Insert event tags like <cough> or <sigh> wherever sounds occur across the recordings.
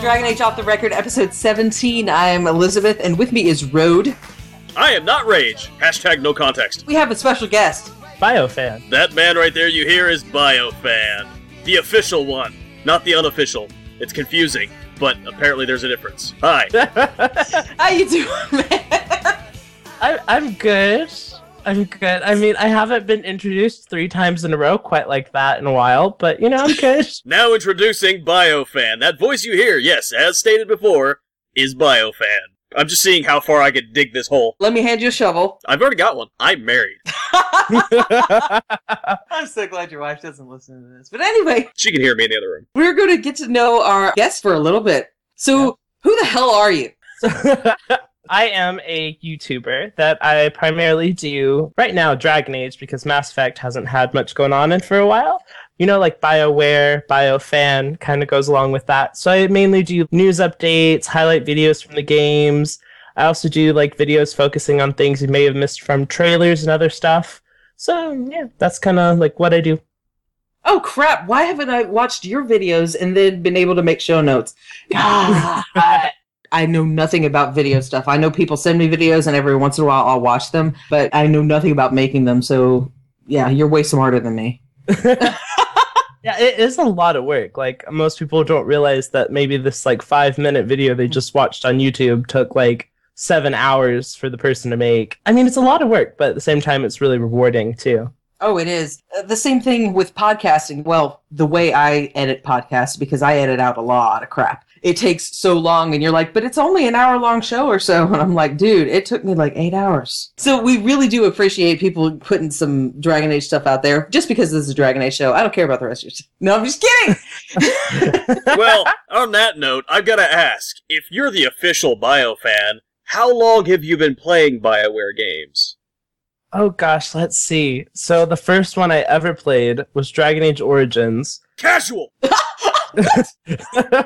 Dragon Age Off the Record, episode 17. I am Elizabeth, and with me is Road. I am not Rage. Hashtag no context. We have a special guest. Biofan. That man right there you hear is Biofan. The official one, not the unofficial. It's confusing, but apparently there's a difference. Hi. How you doing, <laughs> man? I, I'm good. I'm good. I mean, I haven't been introduced three times in a row quite like that in a while, but you know, I'm good. Now introducing Biofan. That voice you hear, yes, as stated before, is Biofan. I'm just seeing how far I could dig this hole. Let me hand you a shovel. I've already got one. I'm married. <laughs> I'm so glad your wife doesn't listen to this. But anyway, She can hear me in the <laughs> other room. we're going to get to know our guest for a little bit. So, who the hell are you? <laughs> I am a YouTuber that I primarily do right now Dragon Age because Mass Effect hasn't had much going on in for a while. You know, like BioWare, BioFan kind of goes along with that. So I mainly do news updates, highlight videos from the games. I also do like videos focusing on things you may have missed from trailers and other stuff. So yeah, that's kind of like what I do. Oh crap, why haven't I watched your videos and then been able to make show <laughs> notes? Ah, I, I know nothing about video stuff. I know people send me videos and every once in a while I'll watch them, but I know nothing about making them. So, yeah, you're way smarter than me. Yeah, it is a lot of work. Like most people don't realize that maybe this like five minute video they just watched on YouTube took like seven hours for the person to make. I mean, it's a lot of work, but at the same time, it's really rewarding too. Oh, it is. Uh, The same thing with podcasting. Well, the way I edit podcasts, because I edit out a lot of crap. It takes so long, and you're like, but it's only an hour long show or so. <laughs> And I'm like, dude, it took me like eight hours. So we really do appreciate people putting some Dragon Age stuff out there just because this is a Dragon Age show. I don't care about the rest of your No, I'm just kidding. well, on that note, I've got to ask if you're the official Biofan, how long have you been playing BioWare games? Oh gosh, let's see. So the first one I ever played was Dragon Age Origins. <laughs> Casual!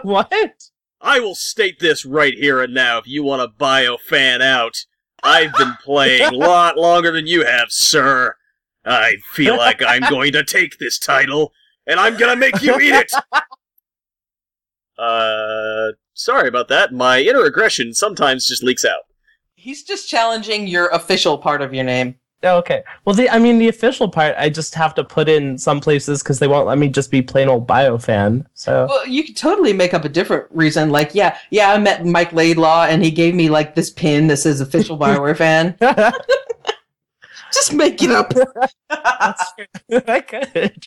what? I will state this right here and now if you want to Biofan out. I've been playing a lot longer than you have, sir. I feel like I'm going to take this title, and I'm going to make you eat it! Uh, sorry about that. My inner aggression sometimes just leaks out. He's just challenging your official part of your name. Okay. Well, the I mean, the official part I just have to put in some places because they won't let me just be plain old biofan. So. Well, you could totally make up a different reason. Like, yeah, yeah, I met Mike Laidlaw, and he gave me like this pin that says official Bioware fan. Just make it up. That's true. <laughs> I could.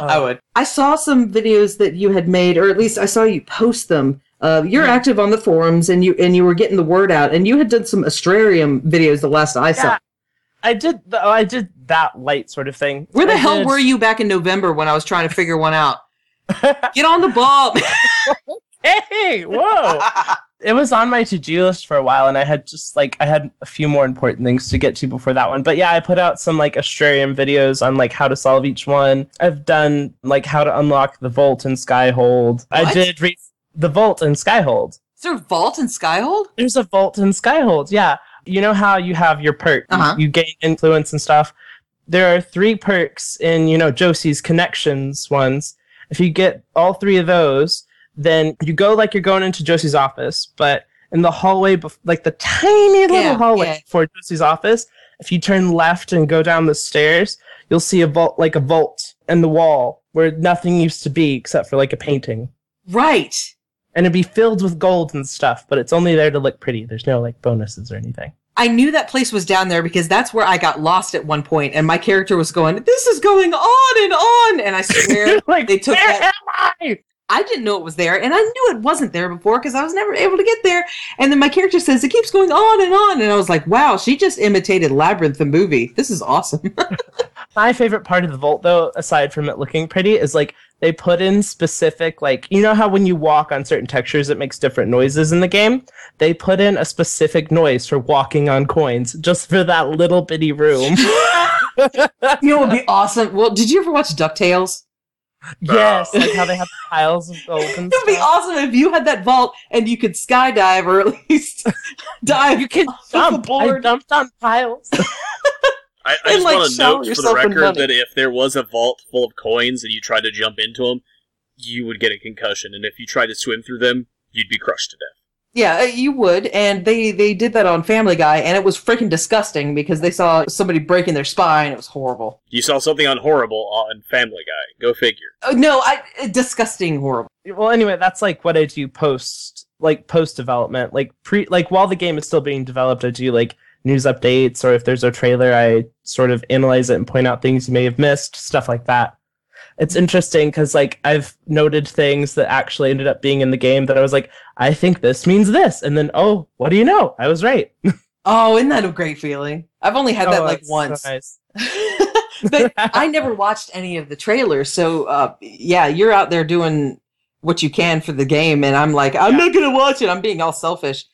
I would. Uh, I saw some videos that you had made, or at least I saw you post them. Uh, you're active on the forums, and you and you were getting the word out, and you had done some Astrarium videos the last I saw. Yeah. I did. th- oh, I did that light sort of thing. Where the I hell did- were you back in November when I was trying to figure one out? Get on the ball. <laughs> <laughs> Hey, whoa! it was on my to-do list for a while, and I had just like I had a few more important things to get to before that one. But yeah, I put out some like Australian videos on like how to solve each one. I've done like how to unlock the vault and Skyhold. I What? did re- the vault and Skyhold. Is there Vault and Skyhold? There's a vault in Skyhold. Yeah. You know how you have your perk, you- Uh-huh. you, gain influence and stuff. There are three perks in, you know, Josie's connections ones. If you get all three of those, then you go like you're going into Josie's office, but in the hallway, bef- like the tiny little Yeah, hallway yeah. before Josie's office, if you turn left and go down the stairs, you'll see a vault, like a vault in the wall where nothing used to be except for like a painting Right. and it'd be filled with gold and stuff, but it's only there to look pretty. There's no like bonuses or anything. <laughs> I knew that place was down there because that's where I got lost at one point, and my character was going, "This is going on and on," and I swear like they took where that- am I? I didn't know it was there, and I knew it wasn't there before because I was never able to get there. And then my character says it keeps going on and on, and I was like, "Wow, she just imitated Labyrinth the movie. This is awesome." <laughs> My favorite part of the vault, though, aside from it looking pretty, is like they put in specific like you know how when you walk on certain textures it makes different noises in the game. They put in a specific noise for walking on coins just for that little bitty <laughs> room. you know, it would be awesome. Well, did you ever watch Ducktales? yes, like how they have the piles of gold <laughs> and It would be stuff. awesome if you had that vault and you could skydive or at <laughs> least dive. You can jump. I Overboard. dumped on piles. I, I And, just like, want to shower note for the yourself in record money. that if there was a vault full of coins and you tried to jump into them, you would get a concussion, and if you tried to swim through them, You'd be crushed to death. Yeah, uh, you would. And they they did that on Family Guy, and it was freaking disgusting because they saw somebody breaking their spine. It was horrible. You saw something on Horrible on Family Guy. Go figure. Uh, no, I uh, disgusting, horrible. well anyway that's like what i do post like post development like pre like while the game is still being developed i do like news updates or if there's a trailer i sort of analyze it and point out things you may have missed stuff like that it's interesting because like i've noted things that actually ended up being in the game that i was like i think this means this and then oh what do you know i was right Oh, isn't that a great feeling? I've only had that Oh, like it's so once. nice. <laughs> but I never watched any of the trailers, so uh, yeah, you're out there doing what you can for the game, and I'm like, I'm Yeah. not gonna watch it. I'm being all selfish.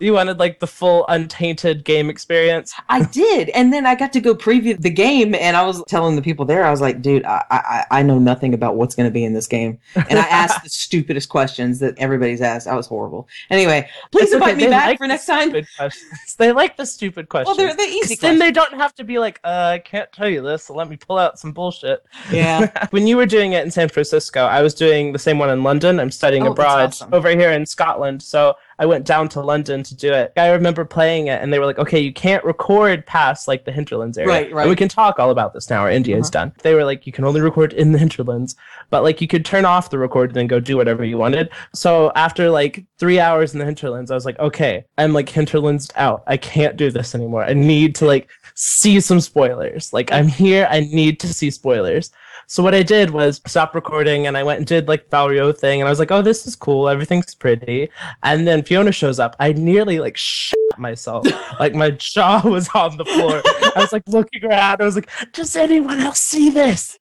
you wanted like the full untainted game experience <laughs> I did, and then I got to go preview the game, and I was telling the people there, I was like, dude, I I, I know nothing about what's gonna be in this game, and I asked <laughs> the stupidest questions that everybody's asked. I was horrible. Anyway, please It's okay, invite me they back like for the next time. <laughs> stupid questions. they like the stupid questions Well, they're the easy. 'Cause then questions. <laughs> they don't have to be like, uh, I can't tell you this, so let me pull out some <laughs> bullshit. yeah. when you were doing it in San Francisco, I was doing the same one in London. I'm studying Oh, that's abroad awesome. over here in Scotland. So I went down to London to do it. I remember playing it and they were like, okay, you can't record past like the hinterlands area. Right, right. Uh-huh. And we can talk all about this now, or India is done. They were like, you can only record in the hinterlands, but like you could turn off the record and then go do whatever you wanted. So after like three hours in the hinterlands, I was like, okay, I'm like hinterlands out. I can't do this anymore. I need to like see some spoilers. Like I'm here. I need to see spoilers. So what I did was stop recording and I went and did like Valrio thing and I was like, oh, this is cool. Everything's pretty. And then Fiona shows up. I nearly like shit <laughs> myself. like my jaw was on the floor. I was like looking around. I was like, does anyone else see this?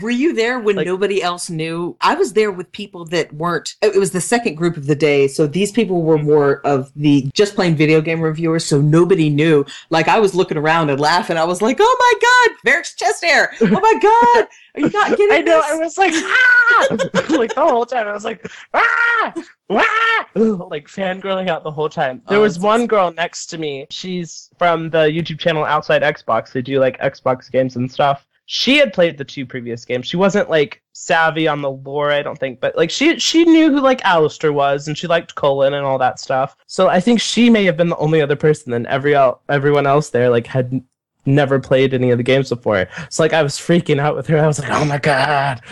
Were you there when Like- nobody else knew? I was there with people that weren't. oh, It was the second group of the day, so these people were Mm-hmm. more of the just plain video game reviewers, so nobody knew. Like I was looking around and laughing. I was like, "Oh my god, Merrick's chest hair! Oh my god, are you <laughs> not getting I know. this?" I was like, <laughs> ah! like the whole time. I was like, ah, ah, like fangirling out the whole time. There Oh, was that's one girl next to me. She's from the YouTube channel Outside Xbox. They do like Xbox games and stuff. She had played the two previous games. She wasn't like savvy on the lore, I don't think, but like she she knew who like Alistair was and she liked Colin and all that stuff. So I think she may have been the only other person. Then every el- everyone else there like had n- never played any of the games before. So like I was freaking out with her. I was like, oh my god.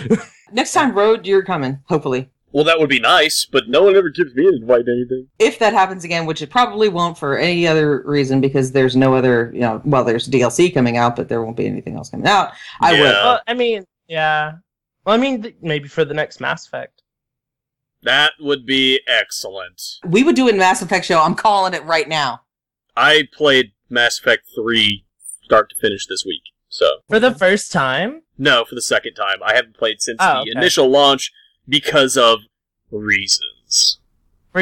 Next time, Road, you're coming, hopefully. Well, that would be nice, but no one ever gives me an invite to anything. If that happens again, which it probably won't for any other reason, because there's no other, you know, well, there's DLC coming out, but there won't be anything else coming out. I will. Yeah. well, I mean, yeah. Well, I mean, th- maybe for the next Mass Effect. That would be excellent. We would do it in Mass Effect show. I'm calling it right now. I played Mass Effect 3 start to finish this week. So, For the first time? no, for the second time. I haven't played since Oh, the okay. initial launch because of reasons.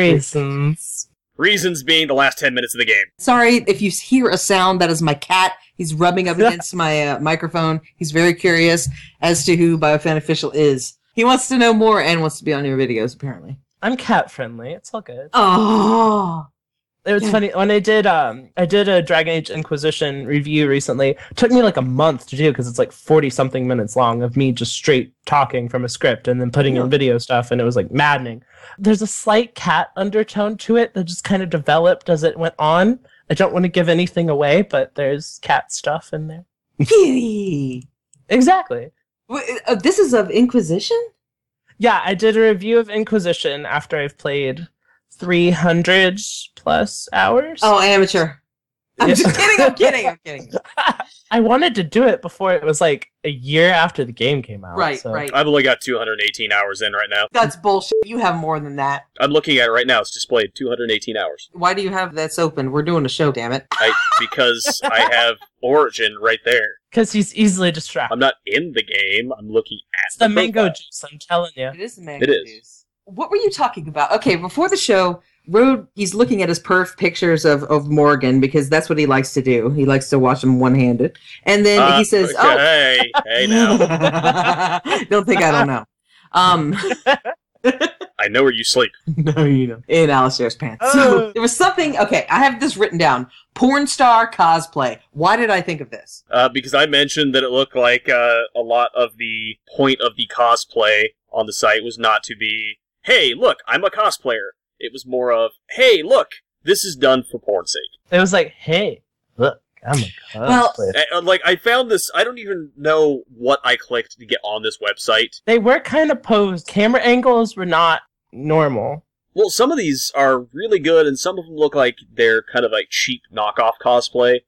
Reasons. Reasons being the last 10 minutes of the game. Sorry if you hear a sound. That is my cat. He's rubbing up against my uh, microphone. He's very curious as to who Biofan Official is. He wants to know more and wants to be on your videos, apparently. I'm cat friendly. It's all good. Oh, It was Yeah. funny when I did um I did a Dragon Age Inquisition review recently. It took me like a month to do because it's like forty something minutes long of me just straight talking from a script and then putting Yeah. in video stuff, and it was like maddening. There's a slight cat undertone to it that just kind of developed as it went on. I don't want to give anything away, but there's cat stuff in there. kitty. Exactly. <laughs> Wait, uh, this is of Inquisition? Yeah, I did a review of Inquisition after I've played three hundred plus hours. Oh, amateur. I'm Yeah. just kidding. I'm kidding. I'm kidding. <laughs> I wanted to do it before it was like a year after the game came out. Right, so- right. I've only got 218 hours in right now. That's bullshit. You have more than that. I'm looking at it right now. It's displayed 218 hours. Why do you have that's open? We're doing a show, damn it. I, <laughs> because I have Origin right there. Because he's easily distracted. I'm not in the game. I'm looking at it's the profile. mango juice, I'm telling you. It is the mango It is. juice. What were you talking about? Okay, before the show, Rode he's looking at his perf pictures of, of Morgan because that's what he likes to do. He likes to watch him one handed. And then Uh, he says, Oh okay, hey now. <laughs> Don't think I don't know. Um I know where you sleep. No you don't. In Alistair's pants. Oh. Ah. So there was something okay, I have this written down. Porn star cosplay. Why did I think of this? Uh, because I mentioned that it looked like uh, a lot of the point of the cosplay on the site was not to be hey, look, I'm a cosplayer. It was more of, hey, look, this is done for porn's sake. It was like, hey, look, I'm a Well- cosplayer. And, uh, like I found this. I don't even know what I clicked to get on this website. they were kind of posed. Camera angles were not normal. Well, some of these are really good, and some of them look like they're kind of like cheap knockoff cosplay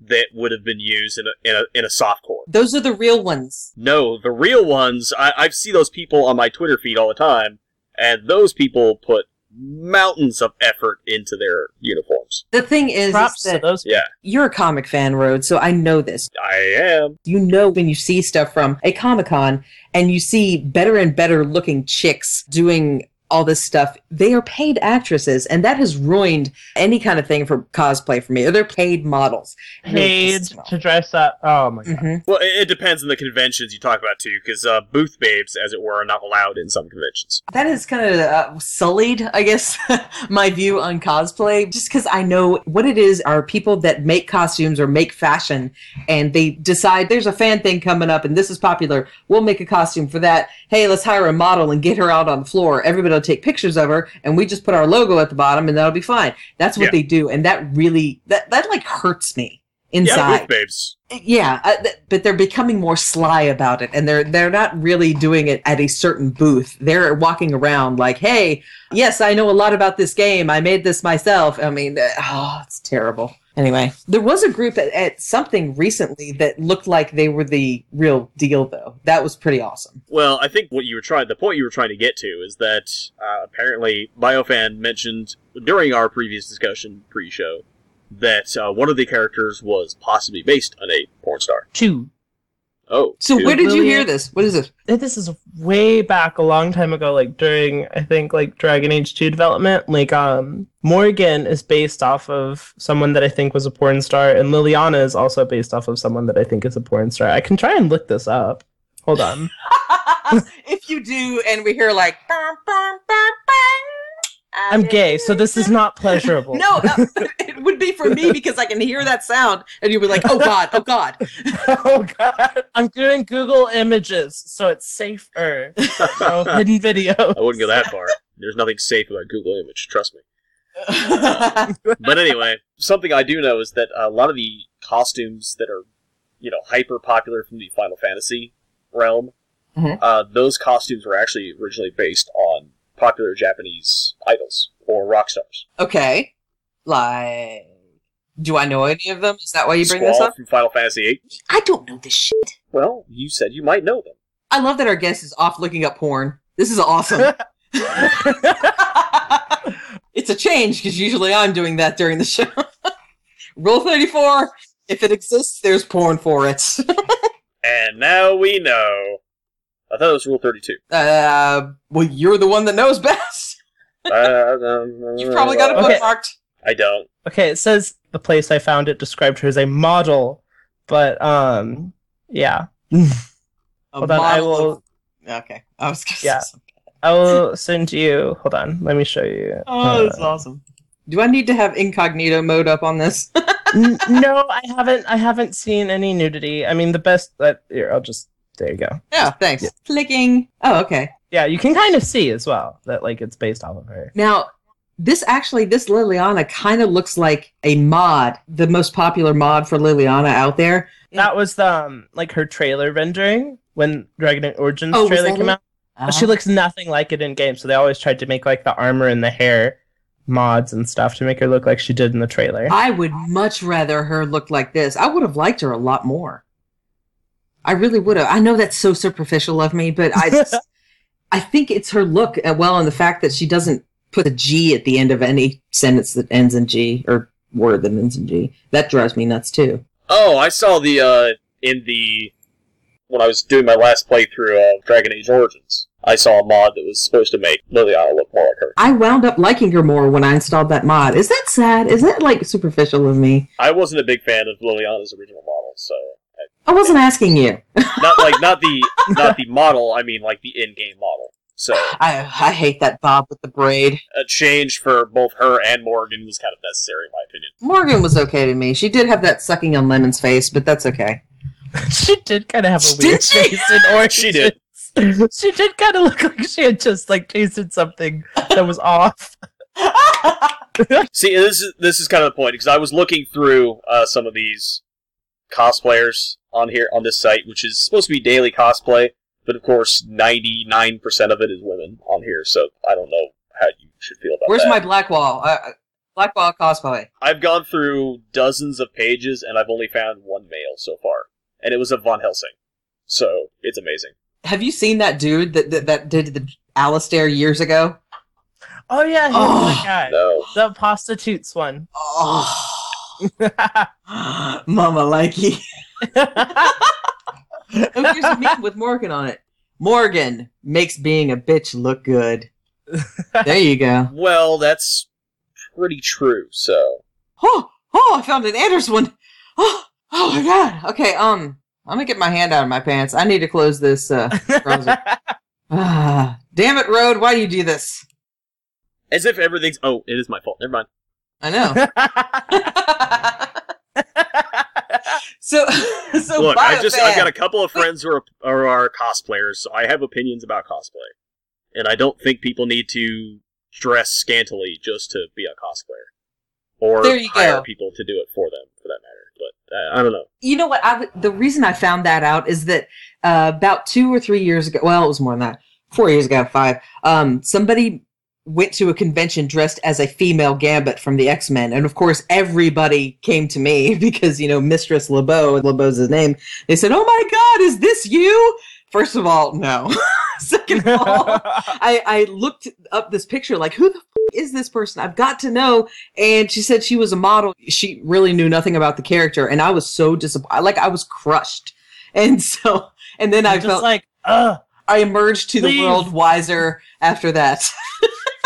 that would have been used in a in a, in a softcore. Those are the real ones. No, the real ones. I I see those people on my Twitter feed all the time, and those people put mountains of effort into their uniforms. The thing is, is Props to that those. Yeah, you're a comic fan, Road, so I know this. I am. You know when you see stuff from a Comic Con and you see better and better looking chicks doing all this stuff, they are paid actresses, and that has ruined any kind of thing for cosplay for me. Or they're paid models. Paid to dress up. Oh my god. Mhm. Well, it, it depends on the conventions you talk about too, because uh, booth babes, as it were, are not allowed in some conventions. That has kind of uh, sullied, I guess, <laughs> my view on cosplay, just because I know what it is are people that make costumes or make fashion, and they decide there's a fan thing coming up and this is popular. We'll make a costume for that. Hey, let's hire a model and get her out on the floor. Everybody will take pictures of her, and we just put our logo at the bottom, and that'll be fine. That's what Yeah. they do, and that really that that like hurts me Yeah, inside. booth babes. Yeah, uh, th- but they're becoming more sly about it, and they're they're not really doing it at a certain booth. They're walking around like, "Hey, yes, I know a lot about this game. I made this myself." I mean, uh, oh, it's terrible. Anyway, there was a group at, at something recently that looked like they were the real deal, though. That was pretty awesome. Well, I think what you were trying, the point you were trying to get to is that uh, apparently Biofan mentioned during our previous discussion pre-show that uh, one of the characters was possibly based on a porn star. Two. Oh, So, dude. where did you Really? hear this? <laughs> What is it? that this is way back a long time ago like during i think like dragon age 2 development like um morgan is based off of someone that i think was a porn star and liliana is also based off of someone that i think is a porn star i can try and look this up hold on if you do, and we hear like, "Bum, bum, bum, bum," i'm gay so this is not pleasurable No, uh, <laughs> it would be for me because I can hear that sound, and you'd be like, "Oh God, oh God." <laughs> oh god i'm doing google images so it's safer <laughs> no hidden video I wouldn't go that far. There's nothing safe about Google Image, trust me. But anyway, something I do know is that a lot of the costumes that are, you know, hyper popular from the Final Fantasy realm, Mhm. uh, those costumes were actually originally based on popular Japanese idols or rock stars. <laughs> okay, like, do I know any of them? Is that why you bring Squall this up? from Final Fantasy VIII. I don't know this shit. Well, you said you might know them. I love that our guest is off looking up porn. This is <laughs> awesome. <laughs> it's a change because usually I'm doing that during the show. <laughs> Rule thirty-four: If it exists, there's porn for it. <laughs> And now we know. I thought it was Rule <laughs> 32. uh, well, you're the one that knows best. uh, um, You've probably got it Okay. bookmarked. I don't. Okay, it says the place I found it described her as a model, but um, yeah, A Hold on, I model of- will. Okay. I was gonna Yeah. say something. I will send you. Hold on, let me show you. Oh, Uh, that's awesome. Do I need to have incognito mode up on this? <laughs> N- no, I haven't. I haven't seen any nudity. I mean, the best that here, I'll just there you go. yeah, thanks. Yeah. Clicking. Oh, okay. Yeah, you can kind of see as well that like it's based off of her. Now, this actually, this Liliana kind of looks like a mod, the most popular mod for Liliana out there. That was the um, like her trailer rendering when Dragon Age Origins Oh, was trailer that came it? out. But She looks nothing like it in game, so they always tried to make like the armor and the hair mods and stuff to make her look like she did in the trailer. I would much rather her look like this. I would have liked her a lot more. I really would have. I know that's so superficial of me, but I, just, I think it's her look uh, well, and the fact that she doesn't put a G at the end of any sentence that ends in G or word that ends in G. That drives me nuts too. Oh, I saw the, uh, in the, when I was doing my last playthrough of Dragon Age Origins, I saw a mod that was supposed to make Liliana look more like her. I wound up liking her more when I installed that mod. Is that sad? Is that like superficial of me? I wasn't a big fan of Liliana's original model, so. I wasn't asking you. Not like, not <laughs> the, not the model, I mean like the in-game model. So, I I hate that Bob with the braid. a change for both her and Morgan was kind of necessary, in my opinion. Morgan was okay to me. She did have that sucking on Lemon's face, but that's okay. <laughs> she did kind of have a Did <laughs> weird she? face in Origins. She did. she did kind of look like she had just like tasted something that was off. See, this is this is kind of the point because I was looking through uh, some of these cosplayers on here on this site, which is supposed to be daily cosplay, but of course, ninety nine percent of it is women on here. So I don't know how you should feel about Where's that. my black wall? Uh, uh, black wall cosplay. I've gone through dozens of pages and I've only found one male so far, and it was a Von Helsing. So it's amazing. Have you seen that dude that that, that did the Alistair years ago? Oh yeah, he was Oh. that guy. No, The prostitutes one. Oh, <gasps> <laughs> Mama <laughs> likey. and here's a meme with Morgan on it. Morgan makes being a bitch look <laughs> good. There you go. well, that's pretty true. So Oh, oh, I found an Anders one. Oh, oh my god. Okay, um, I'm gonna get my hand out of my pants. I need to close this. <laughs> Uh, browser. ah, damn it, Road. Why you do this? as if everything's oh, it is my fault. Never mind. I <laughs> know. so, <laughs> so Look, I just I've Biofan. got a couple of friends who are, are are cosplayers, so I have opinions about cosplay, and I don't think people need to dress scantily just to be a cosplayer, or There you hire go. people to do it for them, for that matter. But uh, I don't know. you know what I w- the reason i found that out is that uh, about two or three years ago well it was more than that four years ago five um, somebody went to a convention dressed as a female gambit from the x-men and of course everybody came to me <laughs> because you know mistress lebeau lebeau's his name they said oh my god is this you first of all no <laughs> second of all I, I looked up this picture, like, who the f- is this person? I've got to know. And she said she was a model. She really knew nothing about the character. And I was so disappointed. Like, I was crushed. And <laughs> so, and then I I'm just felt like, ugh. <laughs> I emerged to Leave. the world wiser after that.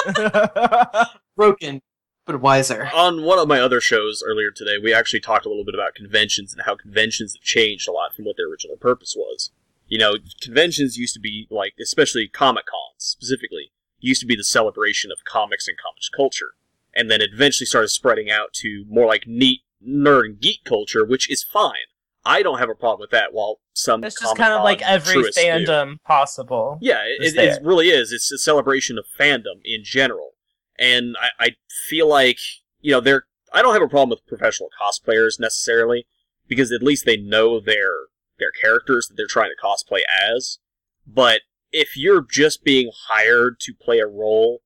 <laughs> Broken, but wiser. On one of my other shows earlier today, we actually talked a little bit about conventions and how conventions have changed a lot from what their original purpose was. You know, conventions used to be like, especially Comic Cons specifically, used to be the celebration of comics and comics culture. And then it eventually started spreading out to more like neat nerd and geek culture, which is fine. I don't have a problem with that. While some That's just Comic-Con kind of like every truists do. fandom possible. Yeah, it, It's it, it there. really is. It's a celebration of fandom in general, and I, I feel like you know they're. I don't have a problem with professional cosplayers necessarily because at least they know their their characters that they're trying to cosplay as. But if you're just being hired to play a role,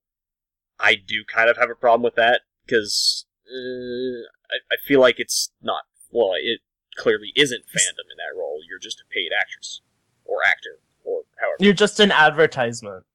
I do kind of have a problem with that because uh, I, I feel like it's not. Well, it clearly isn't fandom in that role. You're just a paid actress or actor or however. You're just an advertisement.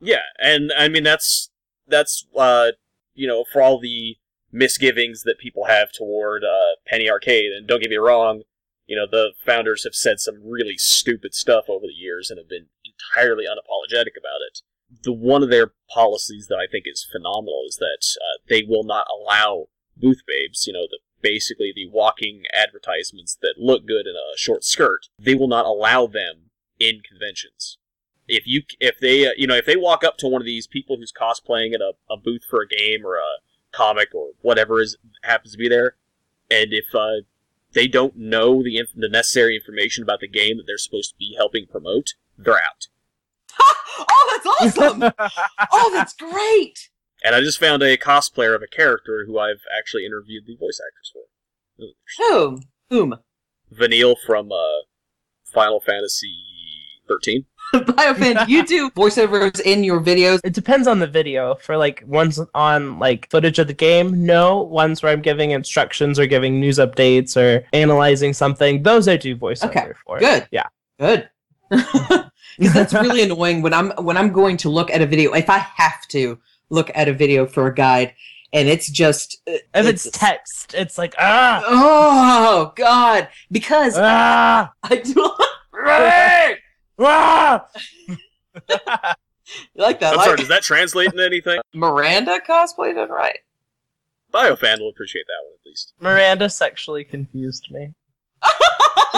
Yeah, and I mean that's that's uh you know for all the misgivings that people have toward uh, Penny Arcade, and don't get me wrong, you know the founders have said some really stupid stuff over the years and have been entirely unapologetic about it. The one of their policies that I think is phenomenal is that uh, they will not allow booth babes, you know the basically the walking advertisements that look good in a short skirt. They will not allow them in conventions if you if they uh, you know if they walk up to one of these people who's cosplaying at a, a booth for a game or a comic or whatever is happens to be there and if uh, they don't know the inf- the necessary information about the game that they're supposed to be helping promote they're out oh, that's awesome. oh, that's great. and i just found a cosplayer of a character who i've actually interviewed the voice actress for Whom? Whom? vanille from uh, final fantasy 13 <laughs> Biofan, you do voiceovers in your videos. it depends on the video. For like ones on like footage of the game, no. Ones where I'm giving instructions or giving news updates or analyzing something, those I do voiceover Okay, for. good. Yeah. <laughs> Good. because that's really annoying when I'm when I'm going to look at a video. If I have to look at a video for a guide, and it's just uh, If it's text, it's like ah oh god, because ah <laughs> I do Ray! ah. you like that. i'm like, sorry does that translate into anything Miranda cosplayed it right. biofan will appreciate that one at least Miranda sexually confused me.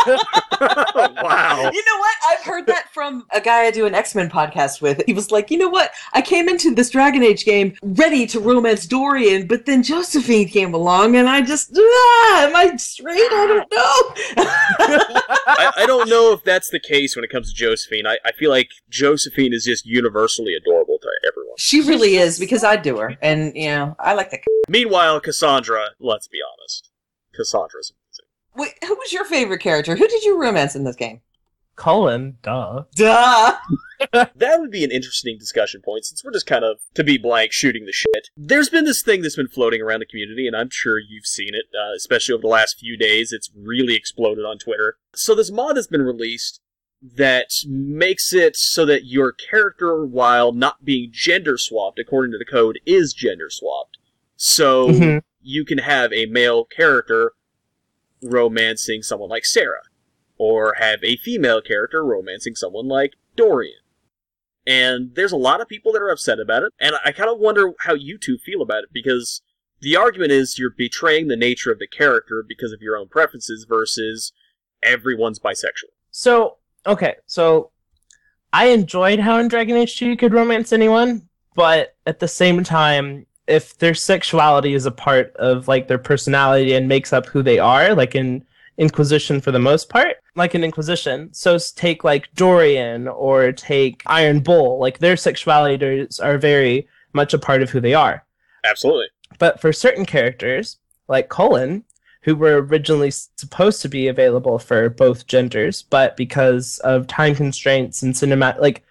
wow Oh. You know what? I've heard that from a guy I do an X Men podcast with. He was like, you know what? I came into this Dragon Age game ready to romance Dorian, but then Josephine came along, and I just, ah, am I straight? <sighs> I don't know. <laughs> I, I don't know if that's the case when it comes to Josephine. I, I feel like Josephine is just universally adorable to everyone. she really is because I do her, and you know, I like that. Meanwhile, Cassandra, let's be honest. Cassandra's amazing. Wait, who was your favorite character? Who did you romance in this game? Colin, duh. Duh. <laughs> That would be an interesting discussion point since we're just kind of, to be blank, shooting the shit. There's been this thing that's been floating around the community, and I'm sure you've seen it, uh, especially over the last few days. It's really exploded on Twitter. So, this mod has been released that makes it so that your character, while not being gender swapped, according to the code, is gender swapped. So, Mhm. you can have a male character romancing someone like Sarah, or have a female character romancing someone like Dorian. And there's a lot of people that are upset about it, and I kind of wonder how you two feel about it because the argument is you're betraying the nature of the character because of your own preferences versus everyone's bisexual. So, okay, so I enjoyed how in Dragon Age 2 you could romance anyone, but at the same time, if their sexuality is a part of like their personality and makes up who they are, like in Inquisition for the most part, like in Inquisition, so s- take like Dorian or take Iron Bull, like their sexualities are very much a part of who they are. Absolutely. But for certain characters, like Colin, who were originally s- supposed to be available for both genders, but because of time constraints and cinematic, like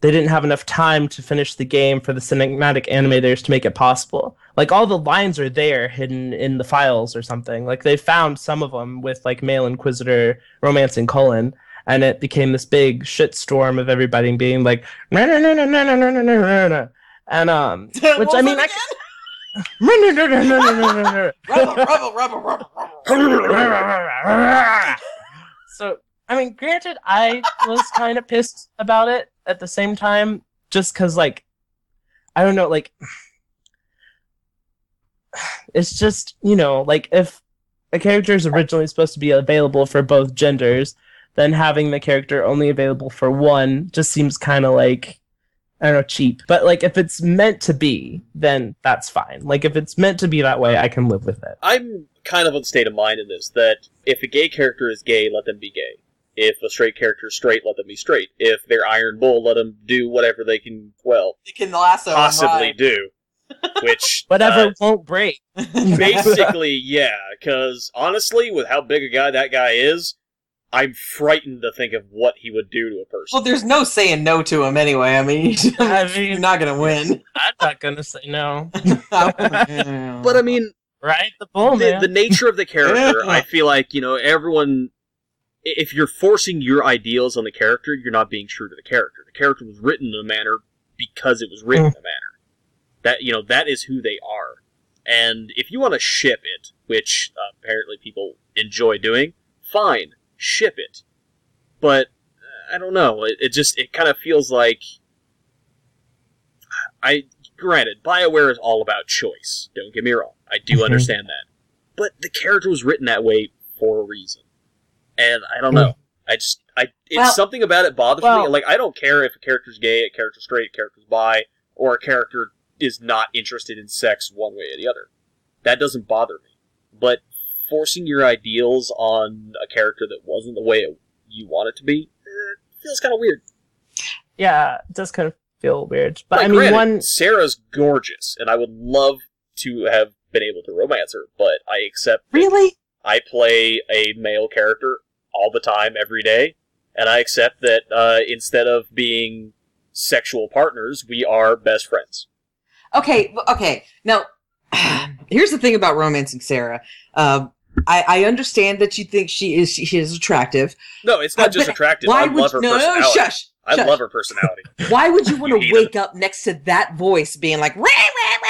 they didn't have enough time to finish the game for the cinematic animators to make it possible. Like all the lines are there hidden in the files or something. Like they found some of them with like male inquisitor romancing Colin. And it became this big shitstorm of everybody being like, no, no, no, no, no, no, no, no, no, no, no. And, um, <laughs> What which was I it mean, I, again? <laughs> Rubble, so rubble, rubble, rubble, rubble. I mean, granted, I was kind of pissed about it at the same time, just because, like, I don't know, like, it's just you know, like, if a character is originally supposed to be available for both genders, then having the character only available for one just seems kind of like I don't know, cheap. But like, if it's meant to be, then that's fine. Like, if it's meant to be that way, I can live with it. I'm kind of on state of mind in this that if a gay character is gay, let them be gay. If a straight character is straight, let them be straight. If they're Iron Bull, let them do whatever they can, well, You can lasso. and possibly ride. <laughs> do. Which Whatever won't <laughs> break. uh, <laughs> basically, yeah. Because honestly, with how big a guy that guy is, I'm frightened to think of what he would do to a Well, person. there's no saying no to him anyway. I mean, <laughs> I you're mean, not gonna <laughs> win. I'm not gonna say no. but I mean, Right? The bull the, Oh, man. the nature of the character, I feel like you know everyone. i- If you're forcing your ideals on the character, you're not being true to the character. The character was written in a manner because it was written in a manner. That you know that is who they are. And if you want to ship it, which uh, apparently people enjoy doing, fine, ship it. But uh, I don't know. It, it just it kind of feels like I granted BioWare is all about choice. Don't get me wrong. I do Mhm. understand that. But the character was written that way for a reason. And I don't know. I just I it's Well- something about it bothers me. well- Like I don't care if a character's gay, a character's straight, a character's bi, or a character is not interested in sex one way or the other. That doesn't bother me. But forcing your ideals on a character that wasn't the way it, you want it to be eh, feels kind of weird. yeah, it does kind of feel weird. But Like, I mean, granted, <laughs> one. Sarah's gorgeous, and I would love to have been able to romance her, but I accept. that really? I play a male character all the time, every day, and I accept that uh, instead of being sexual partners, we are best friends. Okay, well, okay. Now, <sighs> here's the thing about romancing Sarah. Um, I, I understand that you think she is she is attractive. No, it's Uh, not just but attractive. Why I would love her no personality. no shush? I shush. love her personality. Why would you want You to hate wake up next to that voice being like rah,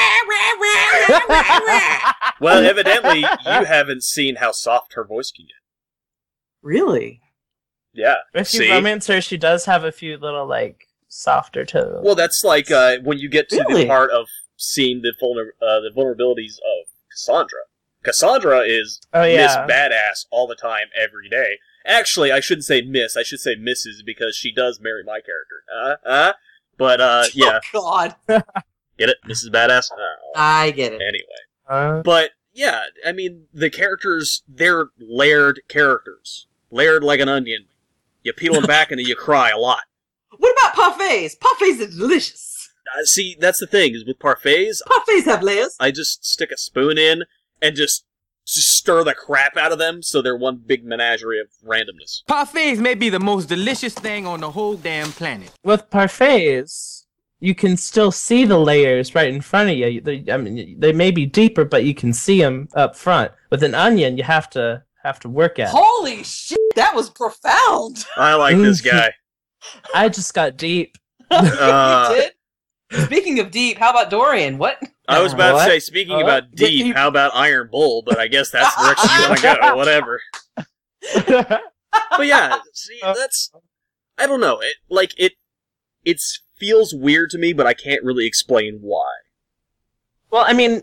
rah, rah, rah, rah, rah, rah? well, evidently, you haven't seen how soft her voice can get. <laughs> <laughs> Really? Yeah. if you See? romance her, she does have a few little, like, softer tones. Well, that's like uh, when you get to Really? the part of seeing the vulner- uh, the vulnerabilities of Cassandra. Cassandra is oh, this yeah. badass all the time, every day, Actually, I shouldn't say Miss. I should say Mrs. because she does marry my character. Uh, uh. <laughs> But uh, yeah, Oh, God. get it, Mrs. Badass. Oh, I get it. anyway, Uh, but yeah, I mean the characters they're layered characters, layered like an onion. You peel them back and then you cry a lot. What about parfaits? Parfaits are delicious. Uh, see, that's the thing is with parfaits, Parfaits have layers. I just stick a spoon in and just, just stir the crap out of them so they're one big menagerie of randomness. Parfaits may be the most delicious thing on the whole damn planet. with parfaits, you can still see the layers right in front of you. They, I mean, they may be deeper, but you can see them up front. With an onion, you have to have to work at. it. Holy shit, that was profound. <laughs> I like this <laughs> guy. I just got deep. <laughs> Uh, You did? Speaking of deep, how about Dorian? What? I was about What? to say, speaking Huh? about Did deep, you- how about Iron Bull? But I guess that's the direction you want to <laughs> go. Whatever. But yeah, see, Uh. that's I don't know. It like it it feels weird to me, but I can't really explain why. Well, I mean,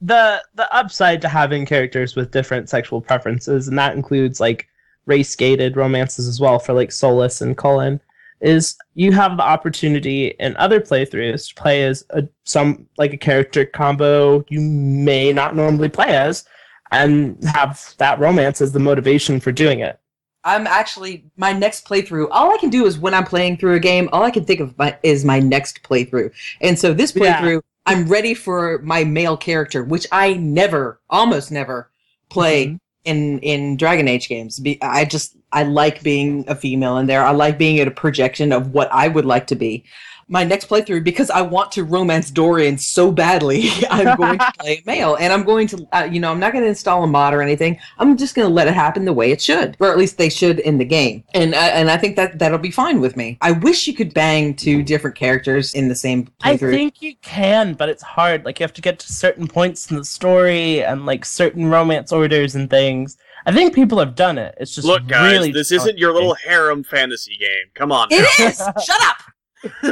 the the upside to having characters with different sexual preferences, and that includes like race gated romances as well for like Solus and Cullen, is you have the opportunity in other playthroughs to play as a some like a character combo you may not normally play as, and have that romance as the motivation for doing it. I'm actually my next playthrough. All I can do is when I'm playing through a game, all I can think of my, is my next playthrough. And so this Yeah. playthrough, I'm ready for my male character, which I never, almost never, play Mhm. in in Dragon Age games. Be, I just I like being a female in there. I like being at a projection of what I would like to be. My next playthrough, because I want to romance Dorian so badly, <laughs> I'm going to play a male, and I'm going to, uh, you know, I'm not going to install a mod or anything. I'm just going to let it happen the way it should, or at least they should in the game. And I and I think that that'll be fine with me. I wish you could bang two different characters in the same I playthrough. think you can, but it's hard. Like you have to get to certain points in the story and like certain romance orders and things. I think people have done it. It's just Look, guys, really this <laughs> isn't your little harem fantasy game. Come on. it is. Shut up.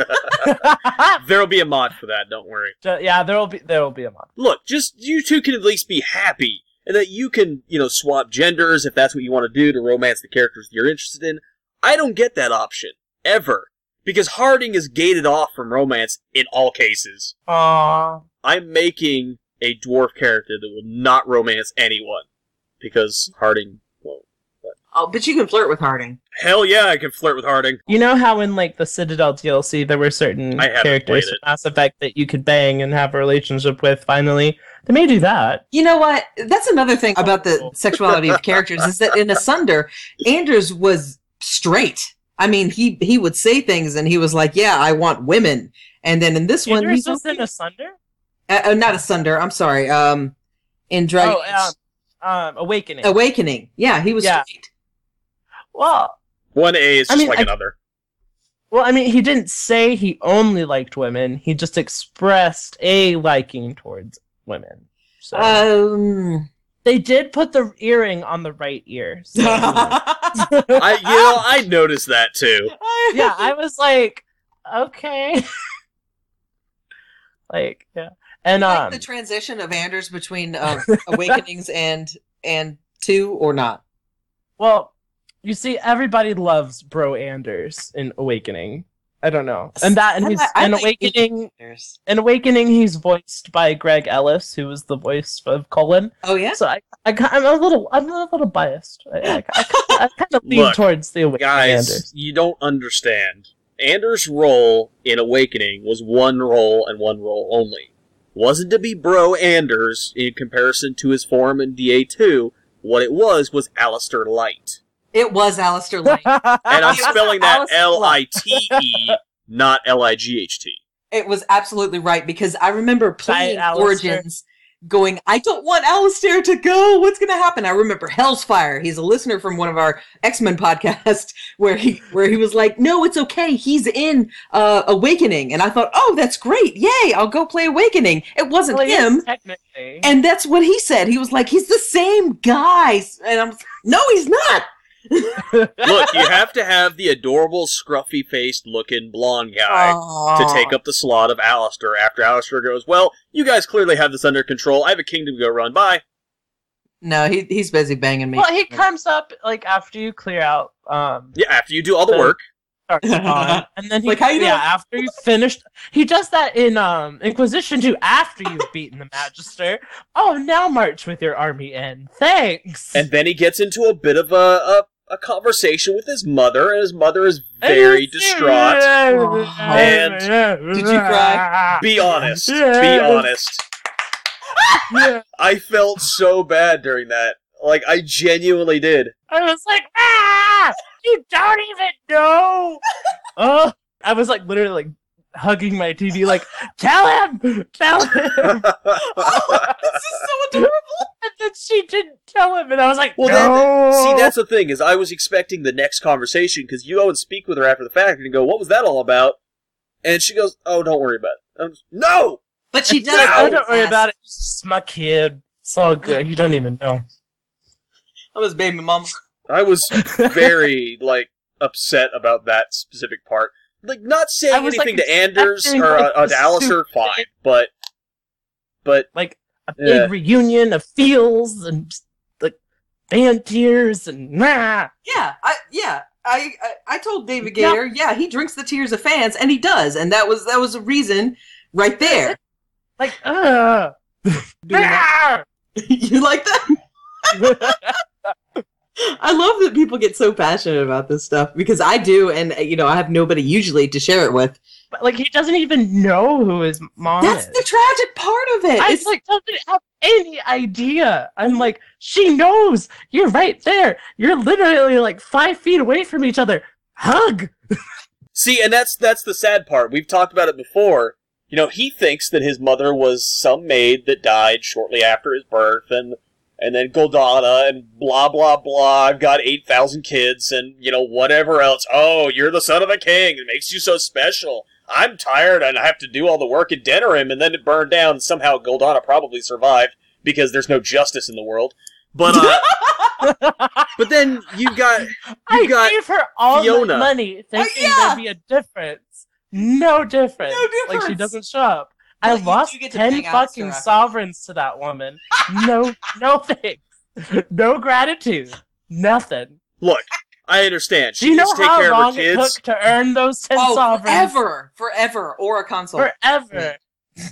disappointing. There'll be a mod for that, don't worry. So, yeah, there will be there will be a mod. look, just you two can at least be happy, and that you can, you know, swap genders if that's what you want to do to romance the characters you're interested in. I don't get that option ever because Harding is gated off from romance in all cases. Aww. I'm making a dwarf character that will not romance anyone because Harding. won't. Oh, but you can flirt with Harding. Hell yeah, I can flirt with Harding. You know how in like the Citadel DLC there were certain I haven't characters played from it. Mass Effect that you could bang and have a relationship with. Finally, they may do that. You know what? That's another thing about the sexuality of characters is that in Asunder, Anders was straight. I mean, he he would say things and he was like, "Yeah, I want women." And then in this one, Anders he's was in Asunder. uh, uh, not Asunder. I'm sorry. Um, in Dragon Oh, um, um, Awakening. Awakening, yeah, he was Yeah. straight. well, One A is I just mean, like I- another. Well, I mean, he didn't say he only liked women. He just expressed a liking towards women. So Um, they did put the earring on the right ear. <laughs> so- <laughs> yeah, yeah, I, you know, I noticed that too. I was like, okay, <laughs> like yeah, and um, like the transition of Anders between uh, Awakenings and and two or not. well, you see, everybody loves Bro Anders in Awakening. I don't know, and that, and I- he's I in like- Awakening. In Awakening, he's voiced by Greg Ellis, who was the voice of Colin. Oh yeah. So I, I, ki- I'm a little, I'm a little biased. I, I, I, <laughs> kind of lean Look, towards the Awakening guys, Anders. <laughs> you don't understand. Anders' role in Awakening was one role and one role only. Wasn't to be Bro Anders in comparison to his form in DA2. What it was was Alistair Light. It was Alistair Lane. And <laughs> I'm It was spelling that Alistair L I Light. T E, not L I G H T. It was absolutely right because I remember playing Alistair. Origins going, I don't want Alistair to go. What's going to happen? I remember Hellsfire. He's a listener from one of our X-Men <laughs> podcasts where he where he was like, "No, it's okay. He's in uh Awakening." And I thought, "Oh, that's great. Yay, I'll go play Awakening." It <laughs> wasn't Well, yes, him. technically. And that's what he said. He was like, "He's the same guy." And I'm "No, he's not." Look, you have to have the adorable, scruffy faced looking blonde guy. to take up the slot of Alistair after Alistair goes, Well, you guys clearly have this under control. I have a kingdom to go run. Bye. No, he he's busy banging me. Well, he comes up like after you clear out. Um, Yeah, after you do all the work. or <laughs> on, and then he, Like, how you doing? yeah, after you finished, he does that in um Inquisition too. After <laughs> you've beaten the Magister, oh, now march with your army in. Thanks. And then he gets into a bit of a, a, a conversation with his mother, and his mother is very distraught. And- <laughs> Did you cry? Be honest. Be honest. I felt so bad during that. Like, I genuinely did. <laughs> I was like, ah, you don't even <laughs> know. oh, I was like literally like hugging my TV, like, tell him, tell him. <laughs> this is so adorable. And then she didn't tell him, and I was like, Well, no. See, that's the thing is, I was expecting the next conversation because you go and speak with her after the fact and you go, "What was that all about?" And she goes, "Oh, don't worry about it." I'm just, no, But she does. Like, I don't worry about it. It's just my kid. It's all good. You don't even know. I was baby mom. I was very like upset about that specific part. Like, not saying I was, anything like, to Anders expecting, or like, uh, to the Alistair, stupid- fine, but but Like a big Yeah. reunion of feels and just, like band tears and nah. Yeah, I yeah. I, I I told David Gator, yeah, he drinks the tears of fans, and he does, and that was that was a reason right <laughs> there. Like uh <laughs> you like that? <laughs> I love that people get so passionate about this stuff because I do, and uh, you know, I have nobody usually to share it with. But, like he doesn't even know who his mom That's is. the tragic part of it. I it's like like doesn't have any idea. I'm like, she knows. You're right there. You're literally like five feet away from each other. Hug. See, and that's that's the sad part. We've talked about it before. You know, he thinks that his mother was some maid that died shortly after his birth, and and then Goldana and blah blah blah. I've got eight thousand kids, and you know whatever else. Oh, you're the son of a king. It makes you so special. I'm tired, and I have to do all the work and dinner him, and then it burned down. Somehow Goldana probably survived because there's no justice in the world. But <laughs> uh, but then you got I got gave her all Fiona. my money thinking Oh, yeah. there'd be a difference. No difference. No Like she difference. doesn't show up. I But you lost do get to ten hang out, fucking Sarah. sovereigns to that woman. <laughs> no, no thanks. No gratitude. Nothing. look. I understand. She Do you needs know to take how care long of her it kids. took to earn those ten oh, sovereigns? forever, forever, or a console. Forever.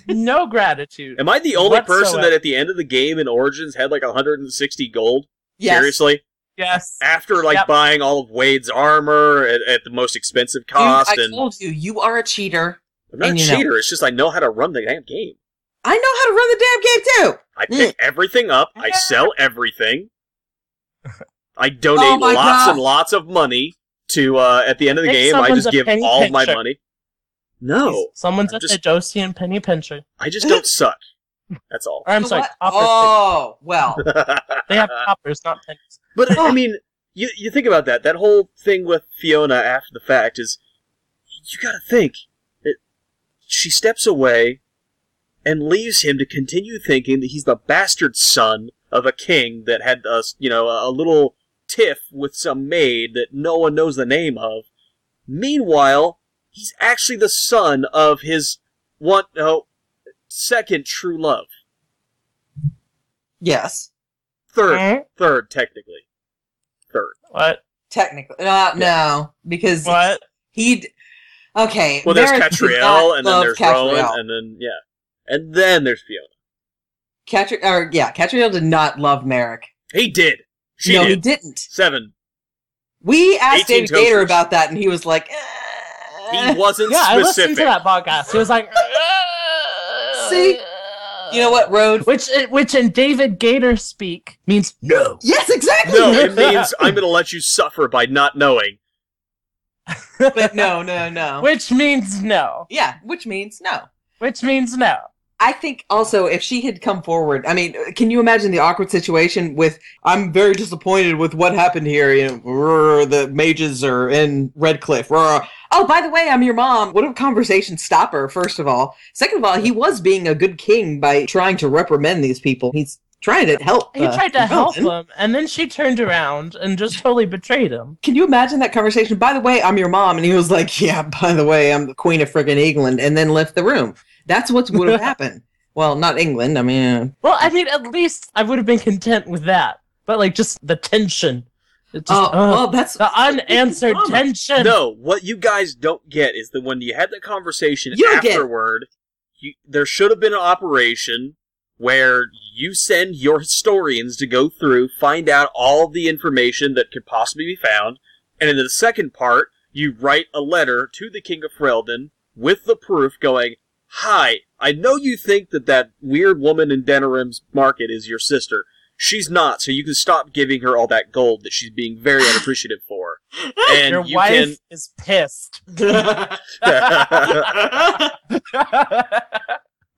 no gratitude. Am I the only person whatsoever. that at the end of the game in Origins had like 160 gold? yes. Seriously? Yes. After like Yep. buying all of Wade's armor at, at the most expensive Dude, cost, I and told you, you are a cheater. I'm not a and you know. cheater. It's just I know how to run the damn game. I know how to run the damn game too. I pick everything up. I Yeah. sell <laughs> everything. I donate Oh my lots God. and lots of money to. Uh, at the end of the Make game, I someone's just a give penny all of my pincher. money. No, Someone's Oh. I'm at just- the Josie and Penny Pincher. I just don't suck. That's all. Or I'm So sorry, what- copper Oh well, <laughs> pig. They have coppers, not pennies. But I mean, you you think about that. That whole thing with Fiona after the fact is, you got to think. It, she steps away, and leaves him to continue thinking that he's the bastard son of a king that had a s- you know a little tiff with some maid that no one knows the name of. Meanwhile, he's actually the son of his one no second true love, yes, third Hmm? third technically, third. What? technically, uh, no, because What? he'd. Okay, Well, there's Merritt did Catriel, not and then love there's Catriel. Rowan, and then yeah, and then there's Fiona. Catri- or yeah, Catriel did not love Merrick. He did. She no, did. he didn't. Seven. We asked 18 David Gator toasters. about that, and he was like, He eh. wasn't Yeah, I listened specific. to that podcast. He was like, <laughs> See? "You know what, Road? Which, which in David Gator speak means no. Yes, exactly. <laughs> No, it means I'm going to let you suffer by not knowing. but no, no, no. <laughs> Which means no. yeah, which means no. Which means no. I think also if she had come forward, I mean, can you imagine the awkward situation with I'm very disappointed with what happened here. You know, "Rrr, the mages are in Redcliffe. Rrr. Oh, by the way, I'm your mom. What a conversation stopper. First of all, second of all, he was being a good king by trying to reprimand these people. He's trying to help. He uh, tried to help Rowan. him, and then she turned around and just totally betrayed him. Can you imagine that conversation? By the way, I'm your mom, and he was <laughs> like, "Yeah, by the way, I'm the queen of friggin' England," and then left the room. That's what would have happened. Well, not England. I mean, Well, I mean, at least I would have been content with that. But like, just the tension. It just, oh, ugh, well, that's the <laughs> unanswered drama. tension. No, what you guys don't get is that when you had the conversation You don't get it. afterward, you, there should have been an operation where you send your historians to go through, find out all the information that could possibly be found, and in the second part, you write a letter to the King of Freldon with the proof going, Hi, I know you think that that weird woman in Denerim's market is your sister. She's not, so you can stop giving her all that gold that she's being very unappreciative for. And <laughs> Your you wife can is pissed. <laughs> <laughs>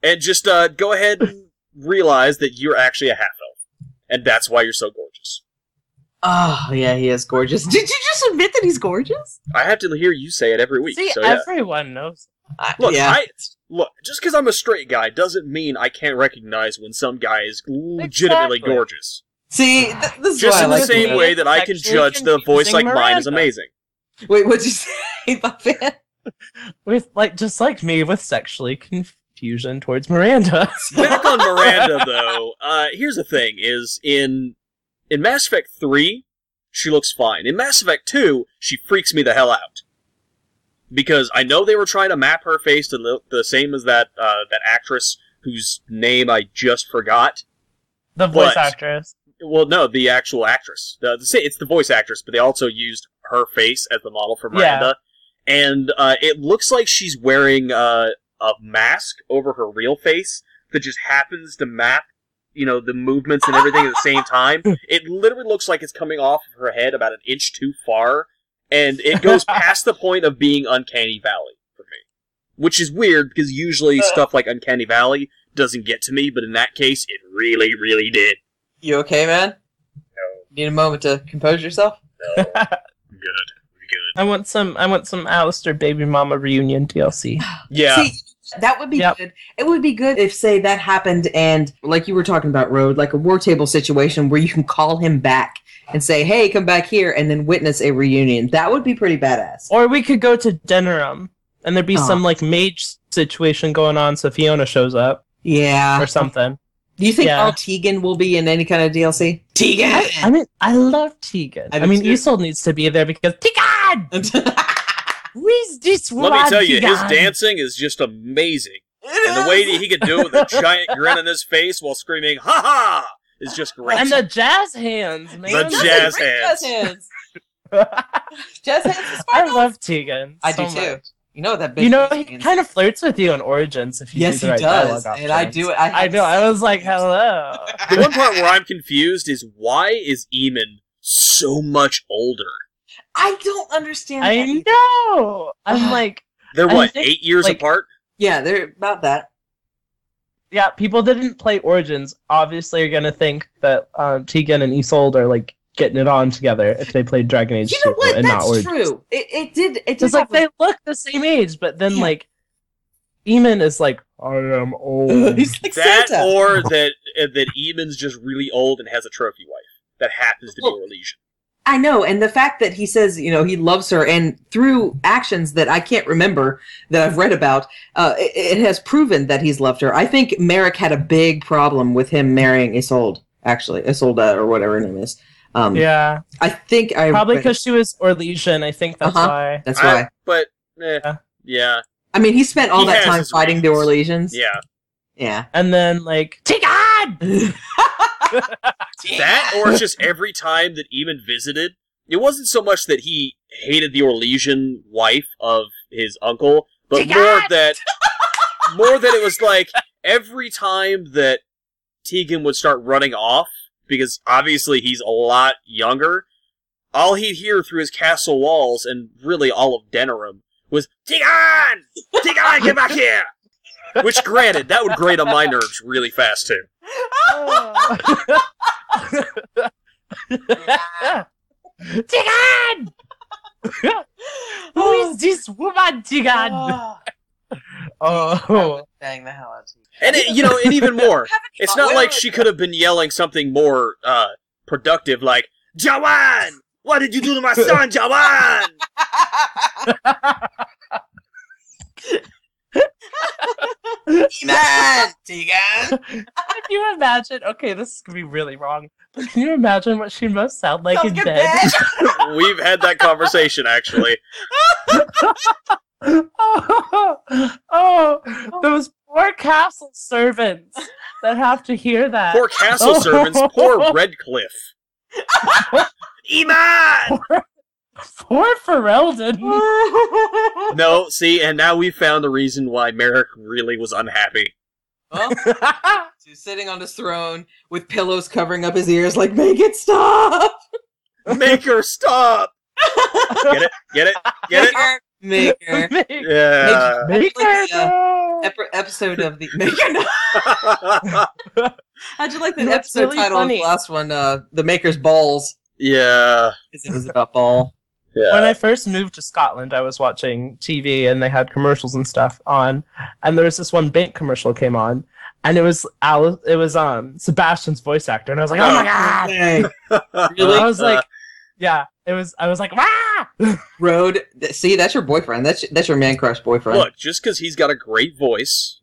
and just uh, go ahead and realize that you're actually a half elf, and that's why you're so gorgeous. oh yeah, he is gorgeous. Did you just admit that he's gorgeous? I have to hear you say it every week. See, so yeah. everyone knows. I- Look, yeah, I look just because I'm a straight guy doesn't mean I can't recognize when some guy is legitimately Exactly. gorgeous. see, th- this is Just why I in the like same him. way that I can Actually judge the voice like confusing mine is Miranda. amazing. Wait, what'd you <laughs> say, Buffett? With like, just like me, with sexually confusion towards Miranda. <laughs> Back on Miranda though, <laughs> uh, here's the thing: is in in Mass Effect three, she looks fine. In Mass Effect two, she freaks me the hell out because I know they were trying to map her face to look the same as that uh, that actress whose name I just forgot. the voice What? actress. Well, no, the actual actress. The, the, sa- it's the voice actress, but they also used her face as the model for Yeah. Miranda, and uh, it looks like she's wearing uh, a mask over her real face that just happens to map, you know, the movements and everything at the same time. It literally looks like it's coming off of her head about an inch too far, and it goes past the point of being uncanny valley for me, which is weird because usually stuff like uncanny valley doesn't get to me, but in that case, it really, really did. You okay, man? Need a moment to compose yourself? No, I'm good. I'm good. I want some. I want some Alistair Baby Mama reunion DLC. Yeah, See, that would be Yep. good. It would be good if, say, that happened and, like you were talking about, Road, like a war table situation where you can call him back and say, hey, come back here, and then witness a reunion. That would be pretty badass. Or we could go to Denerim, and there'd be Aw. some like mage situation going on. So Fiona shows up yeah. or something. Do you think Yeah. all Tegan will be in any kind of DLC? Tegan! <laughs> I mean, I love Tegan. I I, do mean, too. Isolde needs to be there because Tegan. Where's this let me tell you, his dancing is just amazing, and the way that he could do it with a giant grin on his face while screaming "Ha ha!" is just great. and the jazz hands, man. The <laughs> jazz hands. hands. jazz hands are I sparkles. love Tegan. I so do too. much. You know that bitch. You know, is he Tegan. kind of flirts with you on Origins if you Yes, do the he right does. dialogue And I options. do it. I, I know. I was like, hello. <laughs> The one part where I'm confused is why is Eamon so much older? I don't understand. that I either. know. I'm like, They're I what think, eight years like- apart? Yeah, they're about that. yeah, people that didn't play Origins obviously are gonna think that um, Tegan and Isolde are like getting it on together if they played Dragon Age You know 2 what? and not That's Origins. true. It, it did. It did. It's like have a- they look the same age, but then Yeah. like, Eamon is like, I am <laughs> old. He's like That Santa. or that uh, that Eamon's just really old and has a trophy wife that happens to be Well- Orlesian. I know, and the fact that he says, you know, he loves her, and through actions that I can't remember that I've read about, uh, it, it has proven that he's loved her. I think Merrick had a big problem with him marrying Isolde, actually Isolde or whatever her name is. Um, yeah, I think I probably because she was Orlesian. I think that's Uh-huh. why. that's why. I- but eh, Yeah. yeah, I mean, he spent all He that has time his fighting the Orlesians. yeah. <laughs> Yeah, And then like, <laughs> Tegan. yeah. That or it's just every time that Eamon visited, it wasn't so much that he hated the Orlesian wife of his uncle, but Tegan! more that more that it was like every time that Tegan would start running off, because obviously he's a lot younger, all he'd hear through his castle walls and really all of Denerim was Tegan! Tegan, get back here! Which granted, that would grate on my nerves really fast too. Tigan! Who Oh. is this woman, Tigan? Oh, Dang the hell out of you. And it, you know, and even more, it's not Wait, like wait, she could have been yelling something more uh, productive, like Jawan, what did you do to my son, Jawan? Eman! Tegan! imagine? Okay, this is gonna be really wrong, but can you imagine what she must sound like in Sounds good, bed? We've had that conversation actually. oh, <laughs> oh, those poor castle servants that have to hear that. Poor castle servants, poor Redcliffe. Iman! <laughs> Poor Ferelden. Dad. No, see, and now we found the reason why Merrick really was unhappy. well, he's sitting on his throne with pillows covering up his ears, like, make it stop! Make her stop! Get it? Get it? Get it? Maker, maker. Make- Yeah. make her Like, uh, go. Ep- episode of <laughs> the maker. No, how'd you like the That's episode really title funny. of the last one? Uh, the maker's balls, yeah. <laughs> because it was about ball. Yeah. when I first moved to Scotland, I was watching TV and they had commercials and stuff on, and there was this one bank commercial came on, and it was Alice, it was um Sebastian's voice actor, and I was like, oh my god, Dang. I Really? was Uh. like, yeah, it was, I was like, ah, Road. th- See, that's your boyfriend. That's that's your man crush boyfriend. Look, just because he's got a great voice,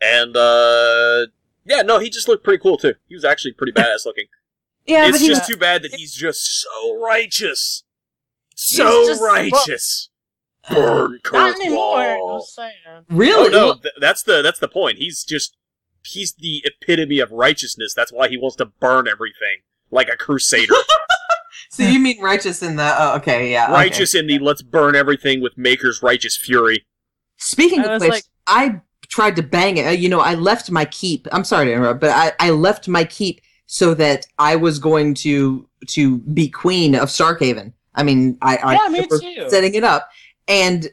and uh, yeah, no, he just looked pretty cool too. He was actually pretty badass looking. yeah, it's but he's just too bad that he's just so righteous, He's so just- righteous. Burn not Kurt anymore. I Wall. was saying. really. Oh no, th- that's the that's the point. He's just he's the epitome of righteousness. That's why he wants to burn everything like a <laughs> crusader. So you mean righteous in the? Oh, okay, yeah. okay. righteous in the let's burn everything with Maker's righteous fury. Speaking I of was which, like- I tried to bang it. Uh, You know, I left my keep. I'm sorry to interrupt, but I, I left my keep so that I was going to to be queen of Starkhaven. I mean, I, I Yeah, me remember too. setting it up, and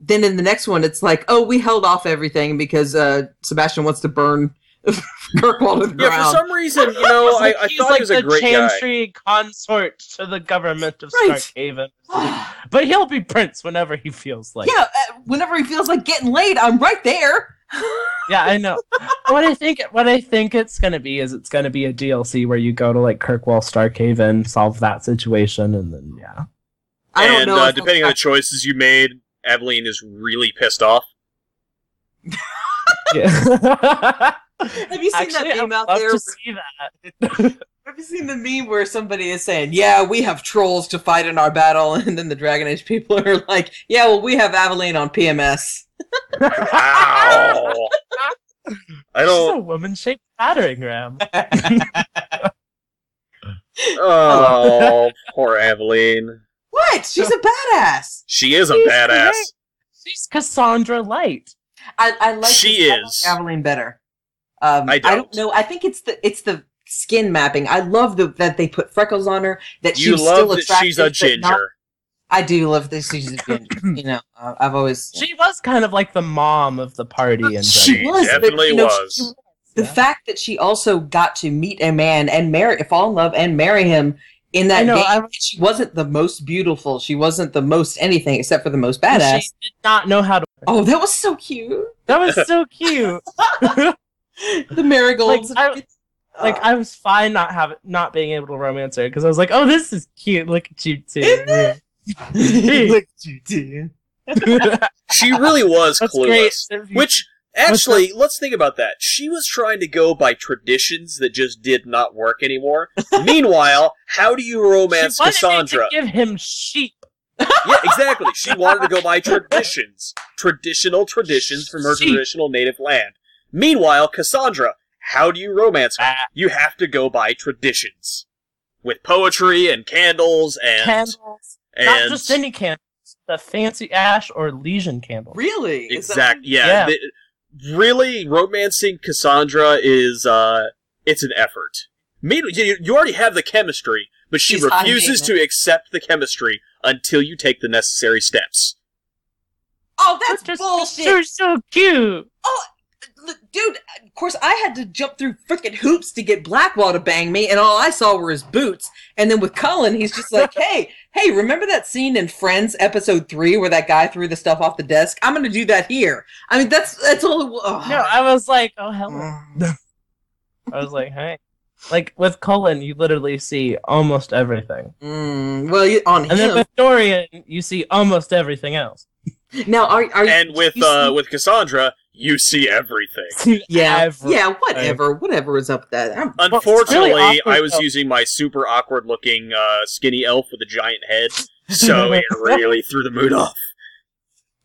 then in the next one, it's like, oh, we held off everything because uh, Sebastian wants to burn <laughs> Kirkwall to the Yeah, for ground. some reason, you know, <laughs> He's like- I, I he's thought like he was a the great guy. Chantry consort to the government of Right. Starkhaven, <sighs> <sighs> but he'll be prince whenever he feels like. it. yeah, uh, whenever he feels like getting laid, I'm right there. yeah, I know. <laughs> what I think what I think it's gonna be is it's gonna be a DLC where you go to like Kirkwall, Starkhaven, solve that situation, and then yeah. I don't and know. uh, if- depending on the choices you made, Evelyn is really pissed <laughs> off. <laughs> yeah. have you seen Actually, that I meme would out love there? to see that. Have you seen the meme where somebody is saying, "Yeah, we have trolls to fight in our battle," <laughs> and then the Dragon Age people are like, "Yeah, well, we have Aveline on PMS." Ow! I She's a don't. woman shaped <laughs> battering ram. Oh, poor Aveline. What? <laughs> She's a badass. She is a She's badass. She's Cassandra Light. I, I like. She this- I like is. Aveline better. Um, I I don't. don't know. I think it's the it's the skin mapping. I love the, that they put freckles on her. That You she's love still that attractive. she's a but not- ginger. I do love that <coughs> she's a ginger. you know, uh, I've always She was kind of like the mom of the party and She was, but, definitely you know, was. she- The fact that she also got to meet a man and marry, fall in love and marry him in that I know, game, I- she wasn't the most beautiful. She wasn't the most anything except for the most badass. She did not know how to. oh, that was so cute. That was <laughs> so cute. The marigolds. Like, <laughs> I- like I was fine not having not being able to romance her because I was like, oh, this is cute. Look at you too. Isn't <laughs> it? Look what you did. She really was <laughs> That's clueless. great. Which actually, let's think about that. She was trying to go by traditions that just did not work anymore. <laughs> Meanwhile, how do you romance she wanted me Cassandra? To give him sheep. yeah, exactly. She wanted to go by traditions, traditional traditions from her She- traditional native land. Meanwhile, Cassandra, how do you romance her? Ah. You have to go by traditions, with poetry and candles and Candles. and Not just any candles. The fancy ash or Legion candle. Really? Is that- exact. Yeah, Yeah. the- really, romancing Cassandra is uh, it's an effort. Mean- You, you already have the chemistry, but she She's hot and refuses to accept the chemistry until you take the necessary steps. oh, That's that's just bullshit. You're so cute. Look, Dude, of course I had to jump through freaking hoops to get Blackwall to bang me, and all I saw were his boots. And then with Cullen, he's just <laughs> like, "Hey, hey, remember that scene in Friends episode three where that guy threw the stuff off the desk? I'm gonna do that here. I mean, that's that's all. it wa- Oh. No, I was like, oh hell. no. Mm. <laughs> I was like, hey. Like with Cullen, you literally see almost everything, Mm, well, you, on and then him with Dorian, you see almost everything else. <laughs> now. Are are you? And with you uh, see- with Cassandra, You see everything. Yeah, Every- yeah, whatever, whatever was up with that. <laughs> I'm- it's really Unfortunately, awkward, I was though. using my super awkward looking uh, skinny elf with a giant head, so it really threw the mood off.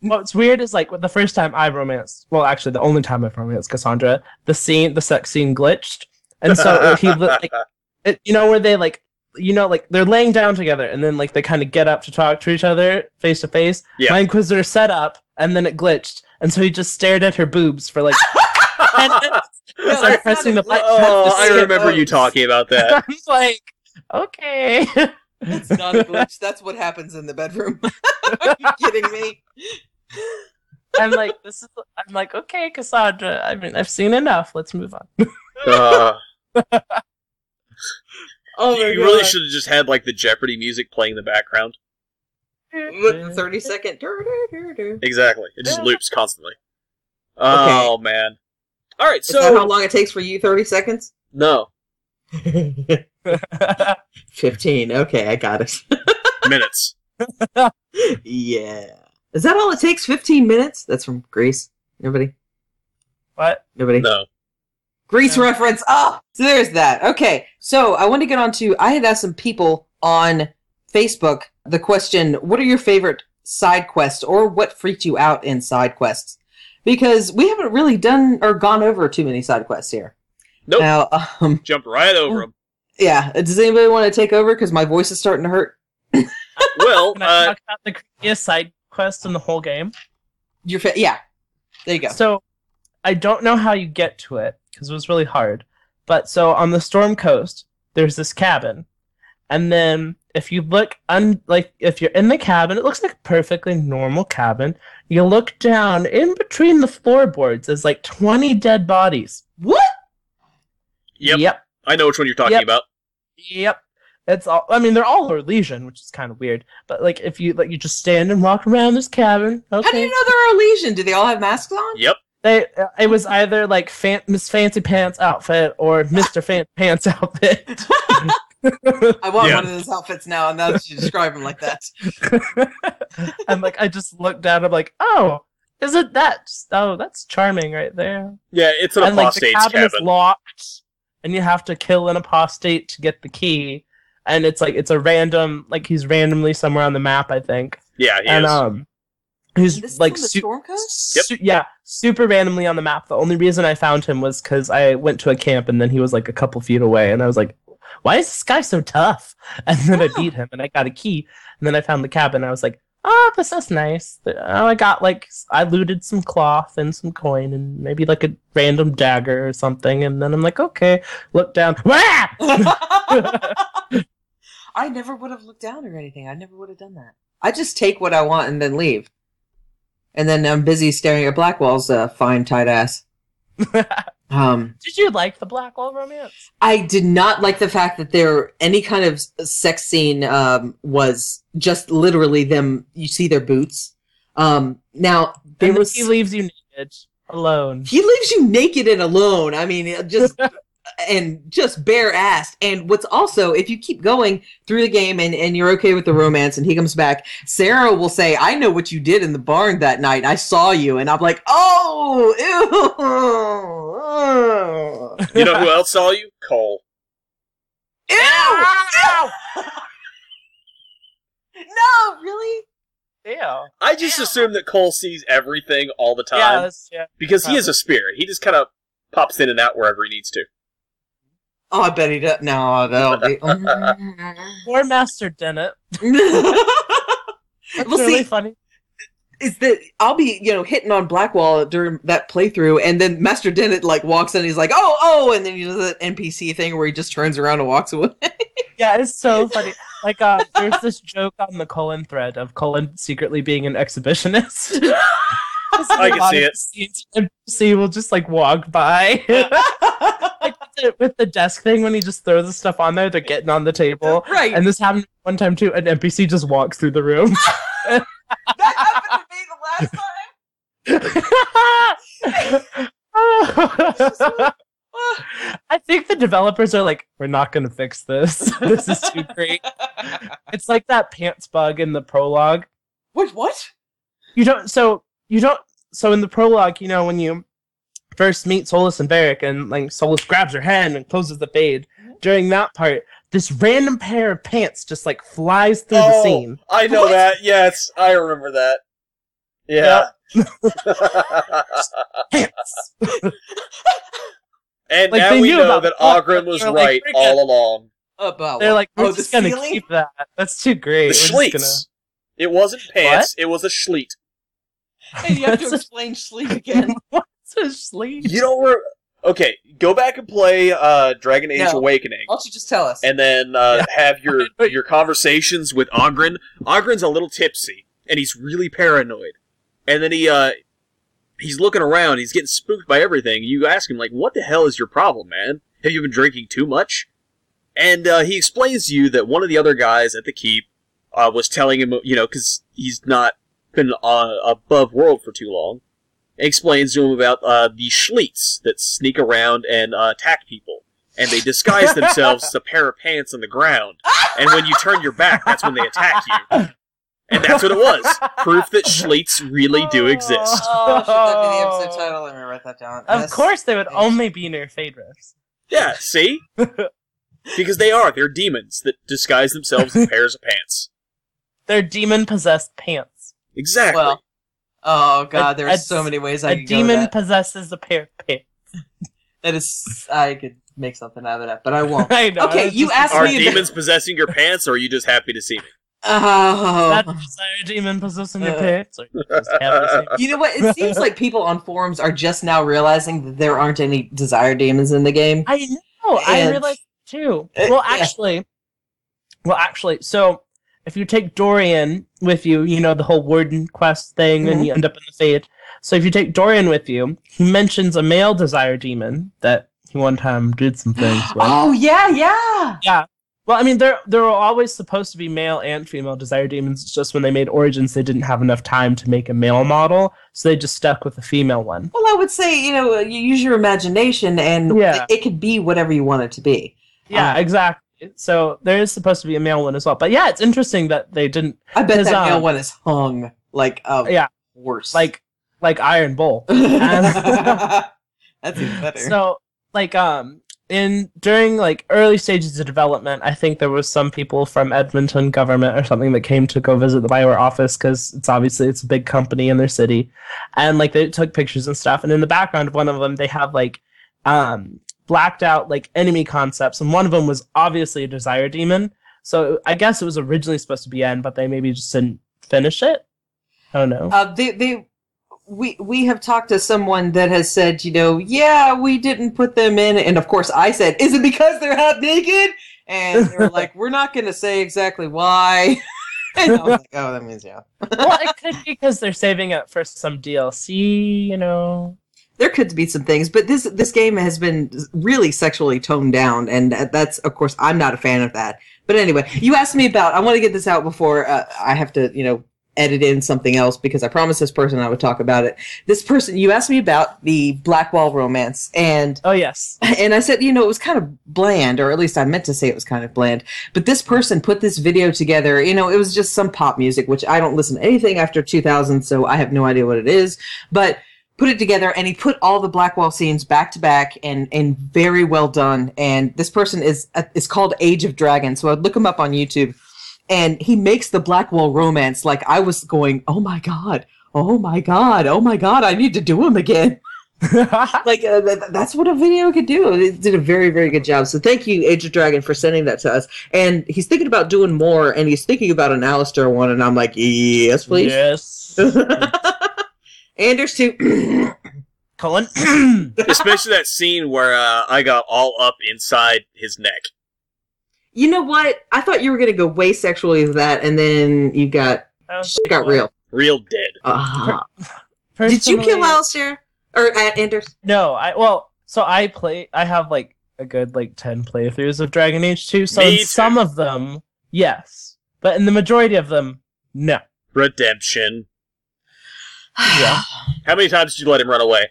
What's weird is like the first time I romanced, well, actually the only time I've romanced Cassandra, the scene, the sex scene glitched, and so he li- like, it, you know, where they like, you know, like they're laying down together, and then like they kind of get up to talk to each other face to face. Yeah. My Inquisitor set up, and then it glitched, and so he just stared at her boobs for like. and <laughs> No, I'm that's pressing not the a- button. oh, Just I skip remember you those. talking about that. <laughs> I'm like, okay. <laughs> That's not a glitch. That's what happens in the bedroom. <laughs> Are you kidding me? I'm like, this is. I'm like, okay, Cassandra. I mean, I've seen enough. Let's move on. Uh, Oh my you really God. should have just had like the Jeopardy music playing in the background. What, the Thirty second. dur- dur- dur- dur. Exactly, it just Yeah. loops constantly. Oh man! All right, Is that so how long it takes for you? Thirty seconds. no <laughs> Fifteen. Okay, I got it. <laughs> minutes. yeah. Is that all it takes? Fifteen minutes. That's from Greece. Nobody. <laughs> what? Nobody. No, Grease Yeah. reference. Ah, so there's that. Okay, so I want to get on to. I had asked some people on Facebook the question: What are your favorite side quests, or what freaked you out in side quests? Because we haven't really done or gone over too many side quests here. Nope. Now, um, jumped right over them. yeah. Does anybody want to take over? Because my voice is starting to hurt. Well, <laughs> Can I uh, talk about the creepiest side quest in the whole game? Your fa- yeah. There you go. So, I don't know how you get to it because it was really hard. But so on the Storm Coast, there's this cabin, and then if you look un like if you're in the cabin, it looks like a perfectly normal cabin. You look down in between the floorboards, there's like 20 dead bodies. What? yep, Yep. I know which one you're talking Yep. about. Yep. It's all. I mean, they're all Orlesian, which is kind of weird. But like, if you like, you just stand and walk around this cabin. Okay. How do you know they're Elysian? Do they all have masks on? Yep. They uh, it was either like fan- Miss Fancy Pants outfit or <laughs> Mister Fan Pants outfit. <laughs> I want Yeah. one of those outfits now. And now that you describe them like that, and like I just looked down. I'm like, oh, isn't that? Oh, that's charming right there. Yeah, it's an and like the apostate's cabin, cabin. is locked, and you have to kill an apostate to get the key. And it's like it's a random like he's randomly somewhere on the map, I think. yeah, he and is. um, he's this is like from the su- <laughs> storm coast. Yep. Su- yeah, super randomly on the map. The only reason I found him was because I went to a camp and then he was like a couple feet away, and I was like, "Why is this guy so tough?" <laughs> And then I Oh. beat him, and I got a key, and then I found the cabin. And I was like, "Oh, this is nice." Th- Oh, I got like s- I looted some cloth and some coin and maybe like a random dagger or something, and then I'm like, "Okay." Look down. <laughs> Wah! <laughs> I never would have looked down or anything. I never would have done that. I just take what I want and then leave. And then I'm busy staring at Blackwell's uh, fine tight <laughs> ass. um, Did you like the Blackwall romance? I did not like the fact that there any kind of s- sex scene um, was just literally them. You see their boots. Um, now there And then was he leaves you naked, <laughs> alone. he leaves you naked and alone. I mean, just and just bare assed. And what's also, if you keep going through the game and, and you're okay with the romance and he comes back, Sarah will say, I know what you did in the barn that night. I saw you. And I'm like, oh, ew. <laughs> You know who else saw you? Cole. Ew! <laughs> ew. no, really? Yeah. I just assume that Cole sees everything all the time Yeah. that's- yeah. because he is a spirit. He just kind of pops in and out wherever he needs to. Oh, I bet he does. No, that'll mm. be. Or Master Dennett. That's Well, really see- funny. <laughs> is that I'll be, you know, hitting on Blackwall during that playthrough, and then Master Dennett like walks in, and he's like, "Oh, oh," and then he does that NPC thing where he just turns around and walks away. <laughs> Yeah, it's so funny. Like, uh, there's this joke on the Cullen thread of Cullen secretly being <laughs> an exhibitionist. I can see it. it. NPC will just like walk by <laughs> like, with the- with the desk thing when he just throws the stuff on there. They're getting on the table, right? and this happened one time too. An NPC just walks through the room. <laughs> that happened to me the last time. <laughs> I think the developers are like, we're not gonna fix this. <laughs> This is too great. <laughs> It's like that pants bug in the prologue. Wait, what? You don't so you don't so in the prologue, you know, when you first meet Solus and Varric, and like Solus grabs her hand and closes the fade. During that part, this random pair of pants just like flies through the Oh, scene. I know that. Yes, I remember that. Yeah. <laughs> Pants. <laughs> and Like, now they we knew know about that the plot, Ogren was they're like, right "We're good." all along. About They're like, we're oh, the just <laughs> gonna ceiling? keep that. That's too great. The we're Schleets. just It wasn't pants. It was a Schleet. And you have to That's a- explain sleep <laughs> again. gonna. What's a sleep? You don't. Re- okay, go back and play uh, Dragon Age No. Awakening. Why don't you just tell us? and then uh, have your your conversations with Ogren. Ogren's a little tipsy, and he's really paranoid. And then he uh, he's looking around. He's getting spooked by everything. You ask him like, "What the hell is your problem, man? Have you been drinking too much?" And uh, he explains to you that one of the other guys at the keep uh, was telling him, you know, because he's not been uh, above world for too long. Explains to him about uh, the Schleets that sneak around and uh, attack people and they disguise themselves as a pair of pants on the ground. And when you turn your back, that's when they attack you. And that's what it was. Proof that Schleets really do exist. Oh, should that be the episode title? Let me write that down. Of Yes. course, they would Thanks. only be near fade riffs. Yeah, see? Because they are. They're demons that disguise themselves as pairs of pants. They're demon possessed pants. Exactly. Well, oh god, there A- are a- so many ways A I could demon. demon possesses a pair of pants. <laughs> That is, I could make something out of that, but I won't. I know. Okay, it's you just- asked are me about- demons possessing your pants, or are you just happy to see me? <laughs> That's Oh, a demon possessing your Uh. pants. Or just have the <laughs> same- you know what? It seems like people on forums are just now realizing that there aren't any desire demons in the game. I know. I And- realized it too. Uh, Well, yeah. actually, well, actually, so if you take Dorian with you, you know the whole warden quest thing, and you Mm-hmm. end up in the fade. So if you take Dorian with you, he mentions a male desire demon that he one time did some things with. Oh yeah, yeah. Well, I mean, there there were always supposed to be male and female desire demons. It's just when they made Origins, they didn't have enough time to make a male model, so they just stuck with the female one. Well, I would say you know uh, you use your imagination, and Yeah. it could be whatever you want it to be. Yeah, Uh, exactly. So there is supposed to be a male one as well. But yeah, it's interesting that they didn't I bet Cause, that male um, one is hung like a Yeah. horse. <laughs> like like Iron Bull. <laughs> that's even better. So like um in during like early stages of development, I think there was some people from Edmonton government or something that came to go visit the Bioware office because it's obviously it's a big company in their city, and like they took pictures and stuff. And in the background of one of them, they have like um blacked out like enemy concepts, and one of them was obviously a desire demon. So I guess it was originally supposed to be N, but they maybe just didn't finish it. I don't know. uh, they, they, we, we have talked to someone that has said, you know, yeah, we didn't put them in, and of course I said, is it because they're half naked? And they were like, we're not going to say exactly why. <laughs> and I was like, oh, that means yeah. well, it could be because they're saving it for some DLC, you know. There could be some things, but this this game has been really sexually toned down, and that's of course I'm not a fan of that. But anyway, you asked me about. I want to get this out before uh, I have to, you know, edit in something else because I promised this person I would talk about it. This person, you asked me about the Blackwall romance, and Oh yes. and I said, you know, it was kind of bland, or at least I meant to say it was kind of bland. But this person put this video together. You know, it was just some pop music, which I don't listen to anything after 2000, so I have no idea what it is. But put it together, and he put all the Blackwall scenes back to back, and and very well done. And this person is uh, is called Age of Dragon, so I'd look him up on YouTube. And he makes the Blackwall romance like I was going, oh my god, oh my god, oh my god, I need to do him again like uh, th- th- that's what a video could do. It did a very very good job. So thank you, Age of Dragon, for sending that to us. And he's thinking about doing more, and he's thinking about an Alistair one, and I'm like, yes, <laughs> please. Yes. <laughs> Anders too. <clears throat> Colin. Especially that scene where uh, I got all up inside his neck. you know what? I thought you were gonna go way sexually with that, and then you got shit got real. Real dead. Uh-huh. Did you kill Personally- Alistair or uh, Anders? No, I well, so I play. I have like a good like ten playthroughs of Dragon Age Two. So Me in too. some of them, yes, but in the majority of them, no. Redemption. Yeah. How many times did you let him run away?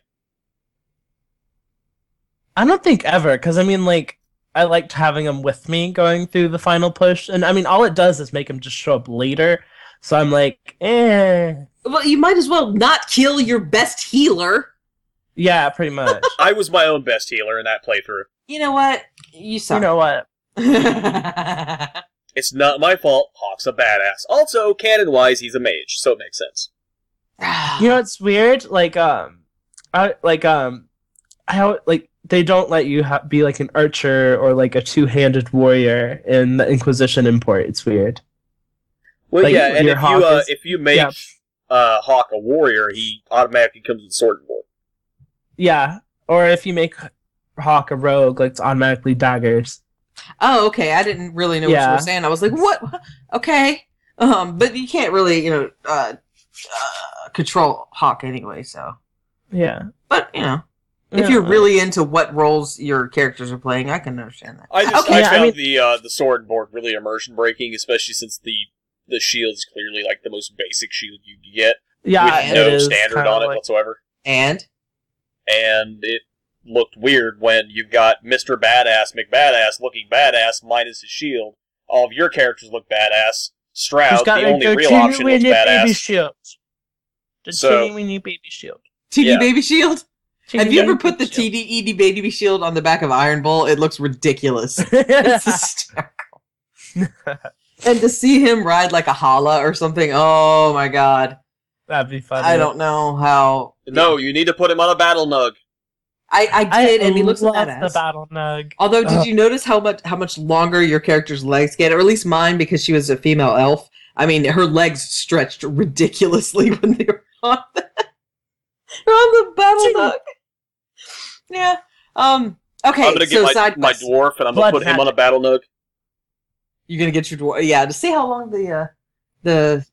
I don't think ever, because I mean, like, I liked having him with me going through the final push, and I mean, all it does is make him just show up later. So I'm like, eh. <sighs> Well, well, you might as well not kill your best healer. Yeah, <laughs> pretty much. I was my own best healer in that playthrough. You know what? You you suck. know what? <laughs> It's not my fault. Hawk's a badass. Also, canon wise, he's a mage, so it makes sense. You know it's weird? Like um, I like um, I don't- like they don't let you ha- be like an archer or like a two-handed warrior in the Inquisition import. It's weird. Well, Like, yeah, and your if Hawk you uh, is- if you make Yeah. uh, Hawk a warrior, he automatically comes with sword and board. Yeah, or if you make Hawk a rogue, like it's automatically daggers. Oh, okay. I didn't really know what you Yeah. were saying. I was like, what? Okay. Um, but you can't really, you know, uh, uh control Hawk anyway. So, Yeah. but you know, if you're really into what roles your characters are playing, I can understand that. I just Okay, I yeah, I found mean- the uh, the sword and board really immersion breaking, especially since the the shield is clearly like the most basic shield you can get yeah, with it no is standard kinda on it like- whatsoever. And And it looked weird when you've got Mister Badass McBadass looking badass minus his shield. All of your characters look badass. Stroud, Just got the like only the real teeny option, looks weeny baby badass. shield. The So- teeny weeny baby shield. TD Yeah. Baby Shield. Have Teeny you ever weeny put the baby shield. TDED Baby Shield on the back of Iron Bull? It looks <laughs> ridiculous. It's hysterical. and to see him ride like a hala or something, oh my god. That'd be funny. I don't know how. No, you need to put him on a battle nug. I, I I did, and he looks love like the battle nug. Although, did Ugh. you notice how much how much longer your character's legs get, or at least mine, because she was a female elf? I mean, her legs stretched ridiculously <laughs> when they were on the, they're on the battle Ching. duck. Yeah. Um. Okay. I'm gonna so get my, side my quest. dwarf and I'm Blood gonna put him on a battle nook. You're gonna get your dwarf. Yeah. To see how long the uh, the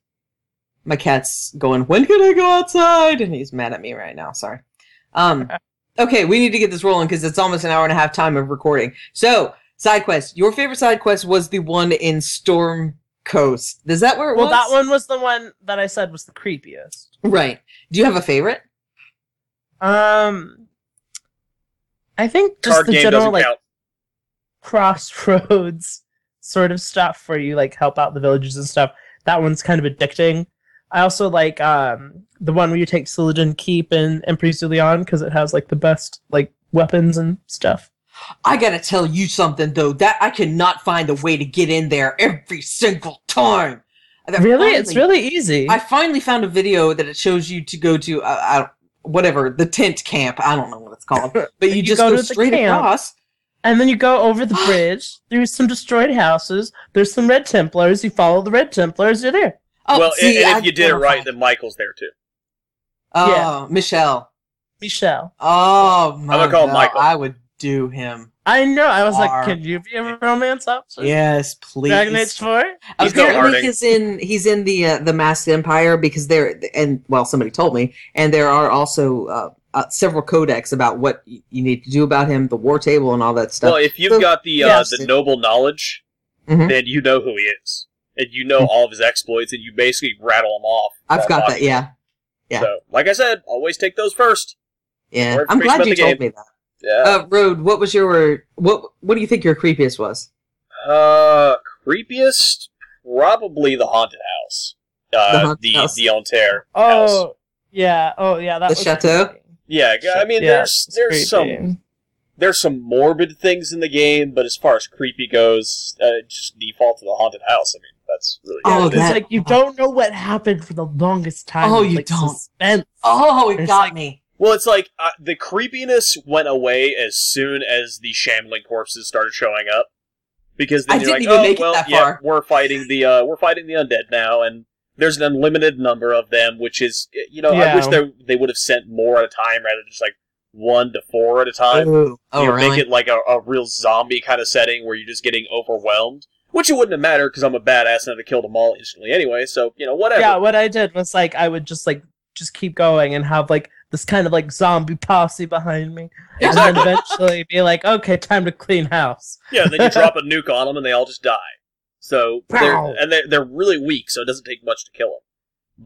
my cat's going. When can I go outside? And he's mad at me right now. Sorry. Um. <laughs> Okay, we need to get this rolling because it's almost an hour and a half time of recording. So, side quest. Your favorite side quest was the one in Storm Coast. Is that where it Well, was? that one was the one that I said was the creepiest. one. Right. Do you have a favorite? Um, I think just Card the game general doesn't like count. crossroads <laughs> sort of stuff where you like help out the villagers and stuff. That one's kind of addicting. I also like um the one where you take Celadon Keep and Empress Zulian because it has like the best like weapons and stuff. I gotta tell you something though. That I cannot find a way to get in there every single time. That Really, it's finally- really easy. I finally found a video that it shows you to go to uh, uh, whatever the tent camp. I don't know what it's called, but <laughs> you, You just go go, to the straight camp. across. And then you go <gasps> over the bridge through some destroyed houses. There's some Red Templars. You follow the Red Templars. You're there. Oh, well, see, and, and I if you did it never right, found- then Michael's there too. oh, Yeah. Michelle. Michelle. Oh my gonna call him God, Michael. I would do him. I know. I was Are- like, can you be a romance officer? Yes, please. Dragon Age 4? He's not Apparently, hurting. he's in he's in the uh, the Masked Empire because there and well, somebody told me, and there are also uh, uh, several codecs about what y- you need to do about him, the war table, and all that stuff. Well, if you've So- got the uh, yeah, the so- noble knowledge, Mhm. then you know who he is, and you Mm-hmm. know all of his exploits, and you basically rattle them off. I've while got that. watching. Yeah, yeah. So, like I said, always take those first. yeah. Word I'm free glad spent you the told game. me that. Yeah. Uh, Rode, what was your what? What do you think your creepiest was? Uh, creepiest, probably the haunted house. Uh, The the haunted the, house. Ontaire house. Oh, yeah. Oh, yeah. That The was chateau? creepy. Yeah, I mean, Yeah, there's it's there's some creepy. there's some morbid things in the game, but as far as creepy goes, uh, just default to the haunted house. I mean, that's really Oh, all it It's is. that- like you don't know what happened for the longest time. Oh, It's you like don't. Suspense. Oh, it It's got like- me. Well, it's like uh, the creepiness went away as soon as the shambling corpses started showing up, because then I you're didn't like, even oh make it well, that yeah, far." we're fighting the uh, we're fighting the undead now, and there's an unlimited number of them, which is eh, you know I Yeah. wish they they would have sent more at a time rather than just like one to four at a time. Ooh. Oh, you know, really? make it like a, a real zombie kind of setting where you're just getting overwhelmed, which it wouldn't have mattered because I'm a badass and I'd have killed them all instantly anyway. So you know whatever. Yeah, what I did was like I would just like just keep going and have like this kind of like zombie posse behind me, <laughs> and then eventually be like, okay, time to clean house. Yeah, then you drop a nuke on them and they all just die. So they're, Pow. and they're, they're really weak, so it doesn't take much to kill them.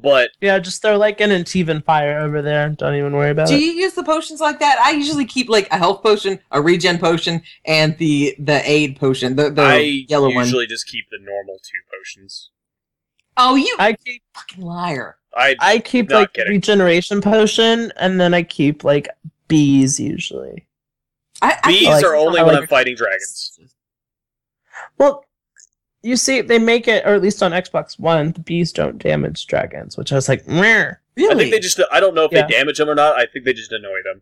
But Yeah, just throw like an Antivan fire over there. Don't even worry about Do it. you use the potions like that? I usually keep like a health potion, a regen potion, and the the aid potion, the the I yellow one. usually just keep the normal two potions. Oh, you I keep fucking liar. I I keep Not like kidding. regeneration potion, and then I keep like bees usually. I, I these like- are only I when <laughs> like- I'm fighting dragons. Well, you see, they make it, or at least on Xbox One, the bees don't damage dragons, which I was like, "Meh." I think they just I don't know if Yeah. they damage them or not. I think they just annoy them.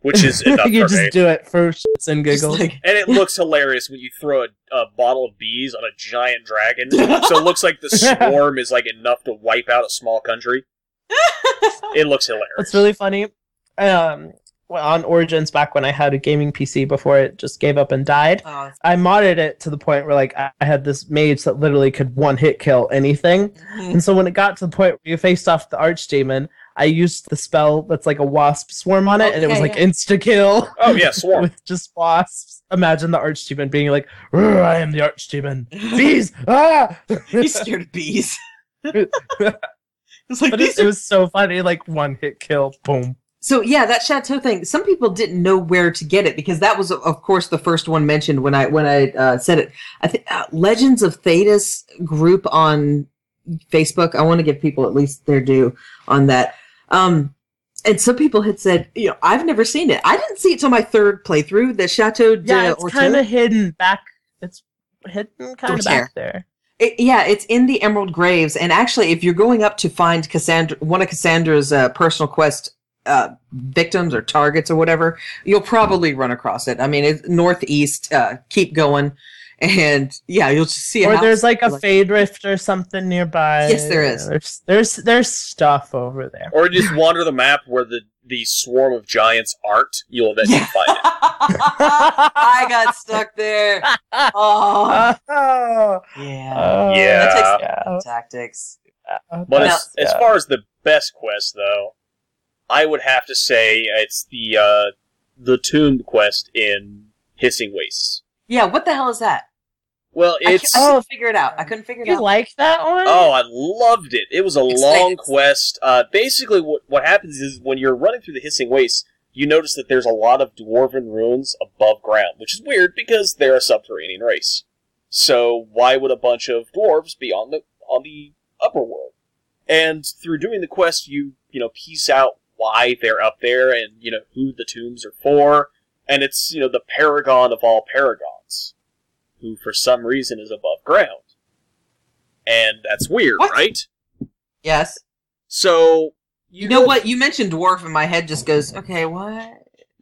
Which <laughs> is enough you for just me. do it for shits and Just <laughs> giggles. like- And it looks hilarious when you throw a, a bottle of bees on a giant dragon. so it looks like the swarm is like enough to wipe out a small country. It looks hilarious. It's really funny. Um, well, on Origins, back when I had a gaming PC before it just gave up and died, Oh, I modded it to the point where like I I had this mage that literally could one hit kill anything. mhm. And so when it got to the point where you faced off the archdemon, I used the spell that's like a wasp swarm on it, and it was Okay, like yeah. insta kill Oh <laughs> yeah, swarm. with just wasps. Imagine the archdemon being like, "Rrr, "I am the archdemon." Bees, <laughs> ah! He's scared of bees. it's like But these it, are it was so funny, like one hit kill, boom. so yeah, that chateau thing. Some people didn't know where to get it because that was, of course, the first one mentioned when I when I uh, said it. I think uh, Legends of Thetis group on Facebook. I want to give people at least their due on that. Um, and some people had said, you know, I've never seen it. I didn't see it till my third playthrough. The Chateau de Yeah, it's Orteau. kind of hidden back. It's hidden kind Don't of care. back there. It, yeah, it's in the Emerald Graves, and actually, if you're going up to find Cassandra, one of Cassandra's uh, personal quest uh, victims or targets or whatever, you'll probably run across it. I mean, it's northeast. Uh, keep going, and yeah, you'll just see. a Or house. there's like a Like- fade rift or something nearby. Yes, there is. There's there's there's stuff over <laughs> there. Or just wander the map where the, the swarm of giants aren't, you'll eventually <laughs> find it. <laughs> <laughs> I got stuck there. Oh, Oh, yeah. oh, Yeah. That takes yeah. tactics. But No. as, as far as the best quest though, I would have to say it's the uh, the tomb quest in Hissing Wastes. Yeah, what the hell is that? Well, I oh, it's c- I couldn't figure it out. I couldn't figure it you out. like that one? Oh, I loved it. It was a Explain long it. quest. Uh, basically, what, what happens is when you're running through the Hissing Wastes, you notice that there's a lot of dwarven ruins above ground, which is weird because they're a subterranean race. So why would a bunch of dwarves be on the on the upper world? And through doing the quest, you you know piece out why they're up there and you know who the tombs are for, and it's you know the paragon of all paragons, who for some reason is above ground, and that's weird, What? right? Yes. So You know what? You mentioned dwarf, and my head just goes, okay, what?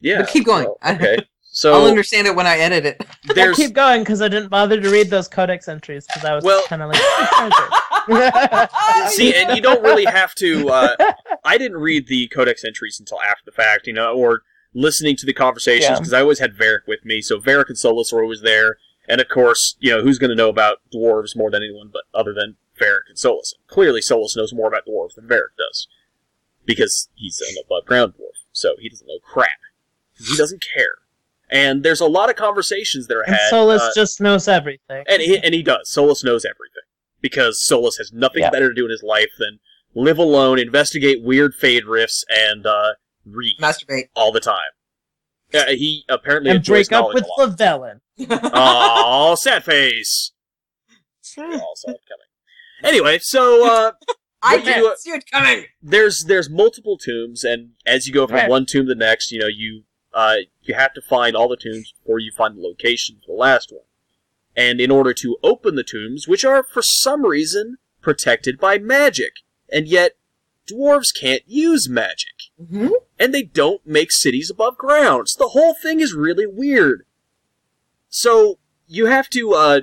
Yeah. But keep going. so- <laughs> okay. I'll So understand it when I edit <laughs> it. I'll there's keep going because I didn't bother to read those codex entries because I was Well- kind of like <laughs> "Oh, see, and you don't really have to. <laughs> Uh, I didn't read the codex entries until after the fact, you know, or listening to the conversations Yeah. because I always had Varric with me. So Varric and Solus were always there, and of course, you know, who's going to know about dwarves more than anyone, but other than Varric and Solus? Clearly, Solus knows more about dwarves than Varric does because he's an above ground dwarf, so he doesn't know crap. He doesn't care. And there's a lot of conversations that are And had. Solus uh, just knows everything. And he, and he does. Solus knows everything because Solus has nothing Yeah. better to do in his life than live alone, investigate weird fade rifts, and uh, read Masturbate. all the time. Uh, he apparently And enjoys break up knowledge with a lot. Lavellin. Aw, sad face. <laughs> We all saw it coming. Anyway, so uh, I What do you- didn't see it coming. there's there's multiple tombs, and as you go from Right. one tomb to the next, you know you uh, you have to find all the tombs before you find the location for the last one. And in order to open the tombs, which are for some reason protected by magic, and yet dwarves can't use magic, Mhm. and they don't make cities above ground. So the whole thing is really weird. So you have to uh,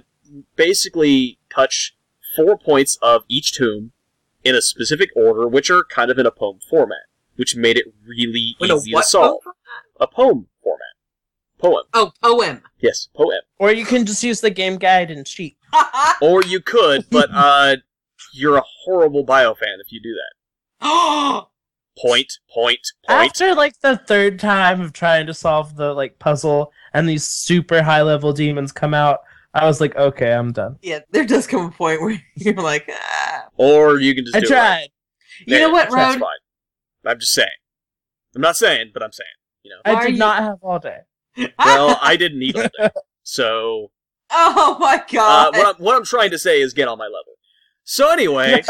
basically touch four points of each tomb in a specific order, which are kind of in a poem format, which made it really Wait, a easy to what solve. A poem format. Poem. Oh, <laughs> poem. Yes, poem. Or you can just use the game guide and cheat. Or you could, <laughs> but uh, you're a horrible biofan if you do that. oh, Point, point, point. After like the third time of trying to solve the like puzzle and these super high level demons come out, I was like, okay, I'm done. yeah. There does come a point where <laughs> you're like, ah. Or you can just I do it. tried. you know what, That's Road? fine. I'm just saying. I'm not saying, but I'm saying. <laughs> You know. Why I are did you- not have all day. <laughs> Well, uh, I didn't need that. So oh my <laughs> uh, god. what I'm what I'm trying to say is get on my level. So <laughs> anyway,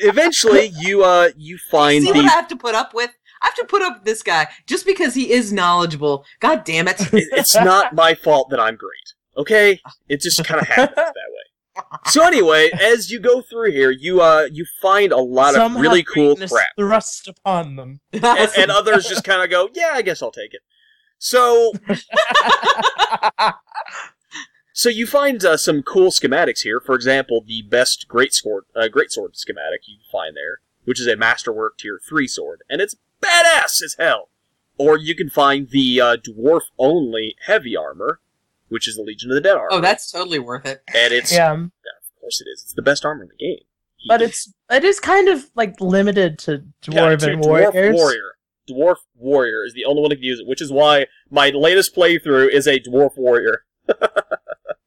eventually you uh you find See the what I have to put up with? I have to put up with this guy just because he is knowledgeable. God damn <laughs> it. <laughs> it- it's not my fault that I'm great. Okay? It just kind of happens that way. So anyway, as you go through here, you uh you find a lot Somehow of really cool greatness crap. thrust upon them. And, <laughs> and others just kind of go, "Yeah, I guess I'll take it." <laughs> So So you find uh, some cool schematics here. For example, the best great sword, uh, great sword schematic you can find there, which is a masterwork tier three sword, and it's badass as hell. Or you can find the uh, dwarf only heavy armor, which is the Legion of the Dead armor, oh, that's totally worth it. <laughs> and it's Yeah, of course it is. It's the best armor in the game. but it's it is kind of like limited to Yeah, dwarven two- warriors. Dwarf warrior. Dwarf warrior is the only one who can use it, which is why my latest playthrough is a dwarf warrior.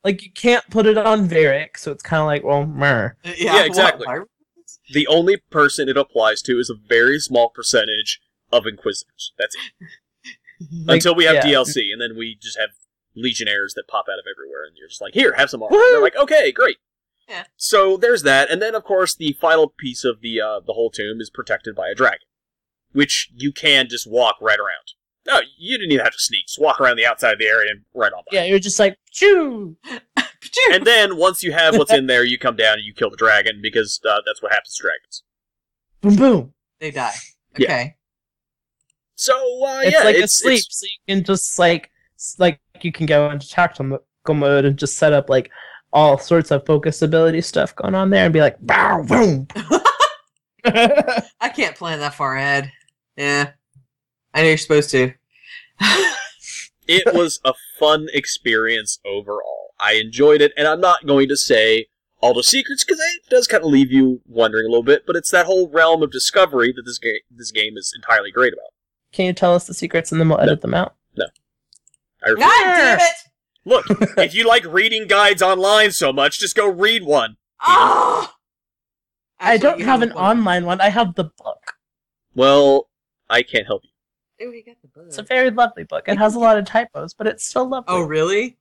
Like you can't put it on Varric, so it's kind of like well, mer. Yeah, Yeah, exactly. <laughs> The only person it applies to is a very small percentage of Inquisitors. That's it. Like, Until we have yeah. DLC, and then we just have Legionnaires that pop out of everywhere, and you're just like, here, have some armor. And they're like, okay, great. Yeah. So there's that, and then of course the final piece of the uh, the whole tomb is protected by a dragon, which you can just walk right around. No, you didn't even have to sneak. Just walk around the outside of the area and right on by. Yeah, you're just like choo. And then once you have what's in there, you come down and you kill the dragon because uh, that's what happens to dragons. boom boom. they die. Yeah. Okay. So uh, It's yeah, like it's, asleep, it's- so you can just like s- like you can go into tactical mode and just set up like all sorts of focus ability stuff going on there, and be like bow <laughs> boom. <laughs> I can't plan that far ahead. Yeah. I know you're supposed to. <laughs> it was a fun experience overall. I enjoyed it, and I'm not going to say all the secrets because it does kind of leave you wondering a little bit. But it's that whole realm of discovery that this game this game is entirely great about. Can you tell us the secrets and then we'll edit them out? I <laughs> God damn it! Look, if you like reading guides online so much, just go read one. Oh! I don't have an online one. I have the book. Well, I can't help you. Ooh, he got the bug. It's a very lovely book. It has a lot of typos, but it's still lovely. oh, really?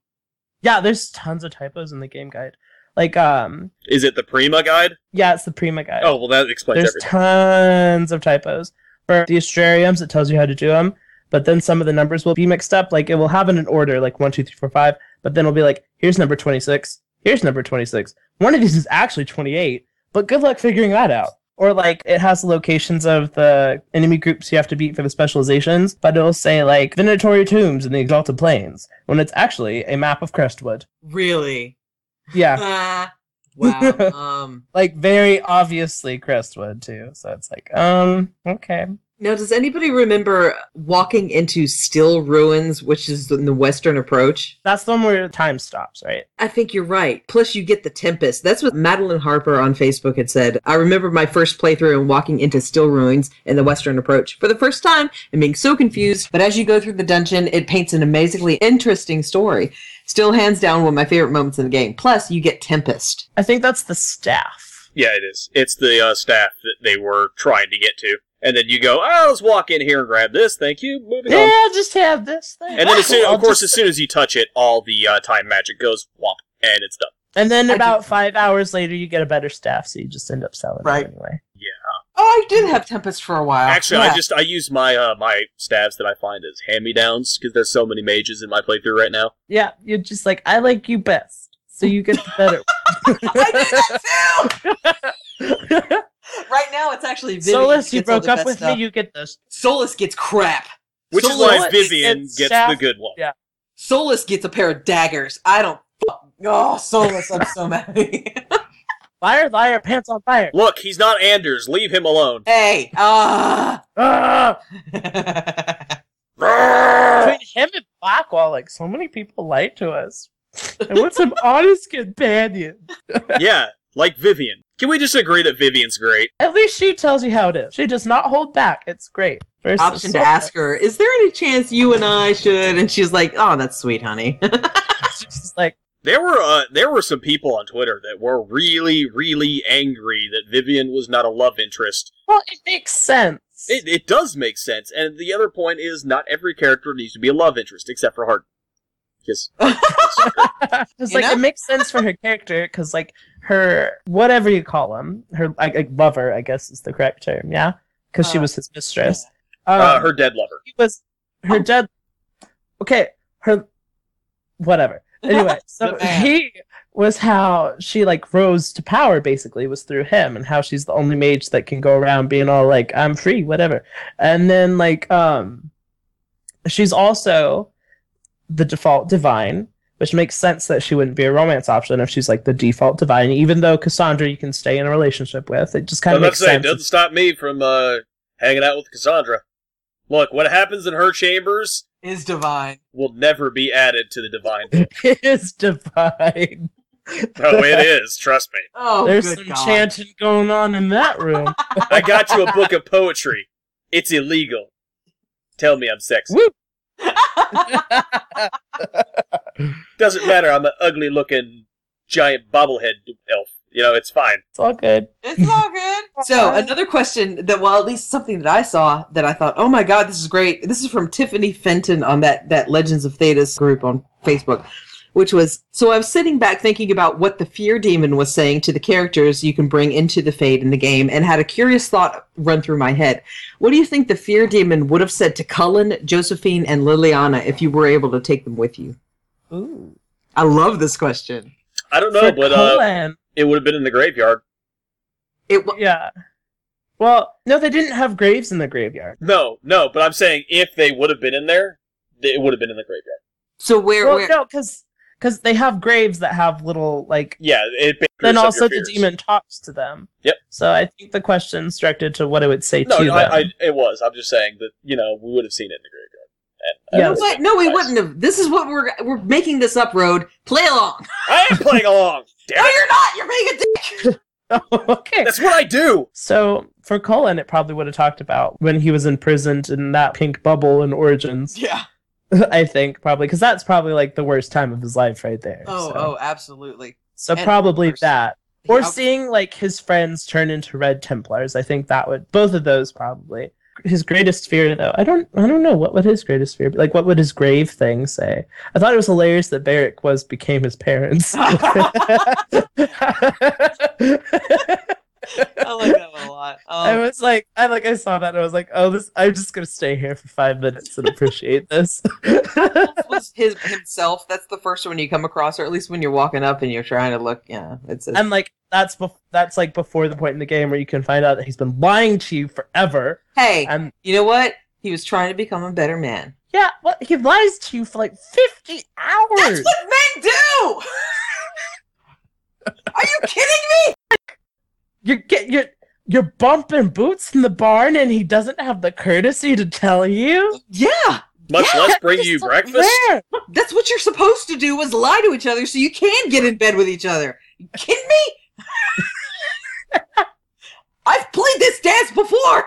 Yeah, there's tons of typos in the game guide. Like, um, Is it the Prima guide? yeah, it's the Prima guide. Oh, well, that explains there's everything. tons of typos. For the astrariums, it tells you how to do them, but then some of the numbers will be mixed up. Like, it will have it in order, like one, two, three, four, five. but then it'll be like, here's number 26, here's number 26. One of these is actually 28, but good luck figuring that out. Or, like, it has the locations of the enemy groups you have to beat for the specializations, but it'll say, like, Venatory Tombs in the Exalted Plains, when it's actually a map of Crestwood. Really? Yeah. <laughs> Ah, wow. um, like very obviously Crestwood too. So it's like, um, okay. now, does anybody remember walking into Still Ruins, which is in the Western approach? That's the one where time stops, right? I think you're right. Plus, you get the Tempest. That's what Madeline Harper on Facebook had said. I remember my first playthrough and walking into Still Ruins in the Western Approach for the first time and being so confused. But as you go through the dungeon, it paints an amazingly interesting story. Still, hands down, one of my favorite moments in the game. Plus, you get Tempest. I think that's the staff. Yeah, it is. It's the uh, staff that they were trying to get to. And then you go, oh, let's walk in here and grab this. Thank you. Moving on. <laughs> Yeah, just have this thing. And then, as soon, I'll of course, as just- soon as you touch it, all the uh, time magic goes womp, and it's done. and then I about do- five hours later, you get a better staff, so you just end up selling Right. it anyway. Oh, I did have Tempest for a while. Actually, Yeah. I just I use my uh, my stabs that I find as hand me downs because there's so many mages in my playthrough right now. Yeah, you're just like, I like you best, so you get the <laughs> better. I did <laughs> that too. right now, it's actually Vivian Solus, who you gets all broke the up best with stuff. me, you get this. Solus gets crap. Which So is why what? Vivian It's gets the staff- good one. Yeah. Solus gets a pair of daggers. I don't. fuck- Oh, Solus, I'm so <laughs> mad. Liar, liar, pants on fire. Look, he's not Anders. Leave him <laughs> alone. hey, ah. Ah! Between him and Blackwall, like so many people lied to us. I <laughs> want some honest companion. yeah, like Vivian. Can we just agree that Vivian's great? At least she tells you how it is. She does not hold back. It's great. Versus Option to Sora. ask her, is there any chance you and I should? And she's like, oh, that's sweet, honey. <laughs> She's just like, There were uh, there were some people on Twitter that were really really angry that Vivian was not a love interest. well, it makes sense. <laughs> It, it does make sense. And the other point is not every character needs to be a love interest except for Harden. uh, Yes. It's You like know? it makes sense for her character because like her whatever you call him, her like, like lover, I guess is the correct term, yeah, because she Uh, was his mistress. Uh, Um, her dead lover. he was her Oh. dead. Okay, her <laughs> whatever. Anyway, so The man. he was how she like rose to power basically was through him and how she's the only mage that can go around being all like I'm free whatever. And then like um she's also the default divine, which makes sense that she wouldn't be a romance option if she's like the default divine even though Cassandra you can stay in a relationship with. It just kind I'm of about to makes say, it sense. doesn't stop me from uh, hanging out with Cassandra. Look, what happens in her chambers Is divine. will never be added to the divine. <laughs> <laughs> it is divine. Oh, it is. Trust me. Oh, There's good some God. chanting going on in that room. I got you a book of poetry. It's illegal. Tell me I'm sexy. Woo! <laughs> Doesn't matter. I'm an ugly looking giant bobblehead elf. You know, it's fine. It's all good. <laughs> It's all good. <laughs> So Uh-huh. another question that, well, at least something that I saw that I thought, oh my god, this is great. This is from Tiffany Fenton on that that Legends of Thetas group on Facebook, which was so I was sitting back thinking about what the fear demon was saying to the characters you can bring into the fade in the game, and had a curious thought run through my head. What do you think the fear demon would have said to Cullen, Josephine, and Liliana if you were able to take them with you? Ooh. I love this question. I don't know, but uh, it would have been in the graveyard. It w- yeah. Well, no, they didn't have graves in the graveyard. No, no, but I'm saying if they would have been in there, th- it would have been in the graveyard. so where Well, where no, because they have graves that have little like. Yeah, it it Then pierces up also your the fears. demon talks to them. Yep. So I think the question's directed to what it would say No, to no, them. I, I, it was. I'm just saying that you know we would have seen it in the graveyard. And, Yeah. and No, it what? would've No, we been nice. wouldn't have. This is what we're we're making this up. Road, play along. <laughs> I am playing along. No, Damn it. you're not. You're being a dick. <laughs> okay. That's what I do. So for Colin, it probably would have talked about when he was imprisoned in that pink bubble in Origins. <laughs> <laughs> Yeah. I think probably because that's probably like the worst time of his life right there. Oh, so. oh, absolutely. So And- probably that. Or Yeah. seeing like his friends turn into red templars. I think that would both of those probably. His greatest fear though. I don't I don't know what would his greatest fear be. Like what would his grave thing say? I thought it was hilarious that Barrick was became his parents. <laughs> I I like that one a lot. Um, was like I like I saw that and I was like, "Oh, this I'm just going to stay here for 5 minutes and appreciate this." <laughs> was his himself. That's the first one you come across, or at least when you're walking up and you're trying to look. Yeah, it's. A, and like that's bef- that's like before the point in the game where you can find out that he's been lying to you forever hey, and you know what? He was trying to become a better man. yeah well he lies to you for like 50 hours men do. <laughs> Are you kidding me? you're get you're you're bumping boots in the barn and he doesn't have the courtesy to tell you Yeah, Much Yeah, less bring Just you so breakfast. rare. that's what you're supposed to do. Was lie to each other so you can get in bed with each other. You kidding me? <laughs> I've played this dance before.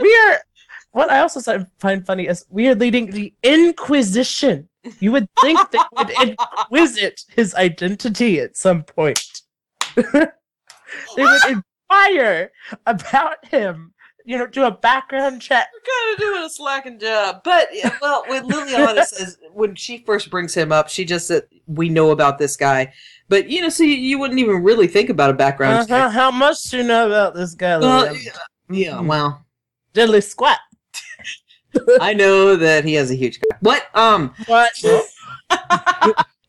we are what i also si- find funny is we are leading the inquisition you would think they would inquisit his identity at some point <laughs> they would inquire about him you know do a background check kind of doing a slacking job. But yeah, well, when Liliana says when she first brings him up, she just said we know about this guy. But you know, so you, you wouldn't even really think about a background Uh-huh, Oh, check. how much do you know about this guy Well, Liam? yeah, yeah, well, diddly squat I know that he has a huge. cock. What? Um. what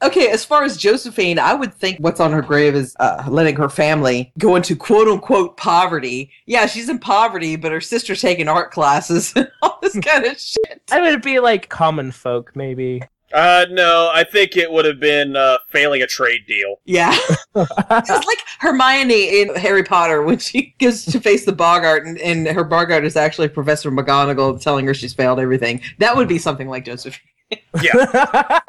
Okay, as far as Josephine, I would think what's on her grave is uh, letting her family go into quote unquote poverty. Yeah, she's in poverty, but her sister's taking art classes <laughs> and all this kind of shit. i would be like common folk maybe <laughs> Uh, no, I think it would have been uh, failing a trade deal. <laughs> Yeah. It was like Hermione in Harry Potter when she goes to face the Bogart, and, and her Bogart is actually Professor McGonagall telling her she's failed everything. That would be something like Joseph. oh, that'd be Like,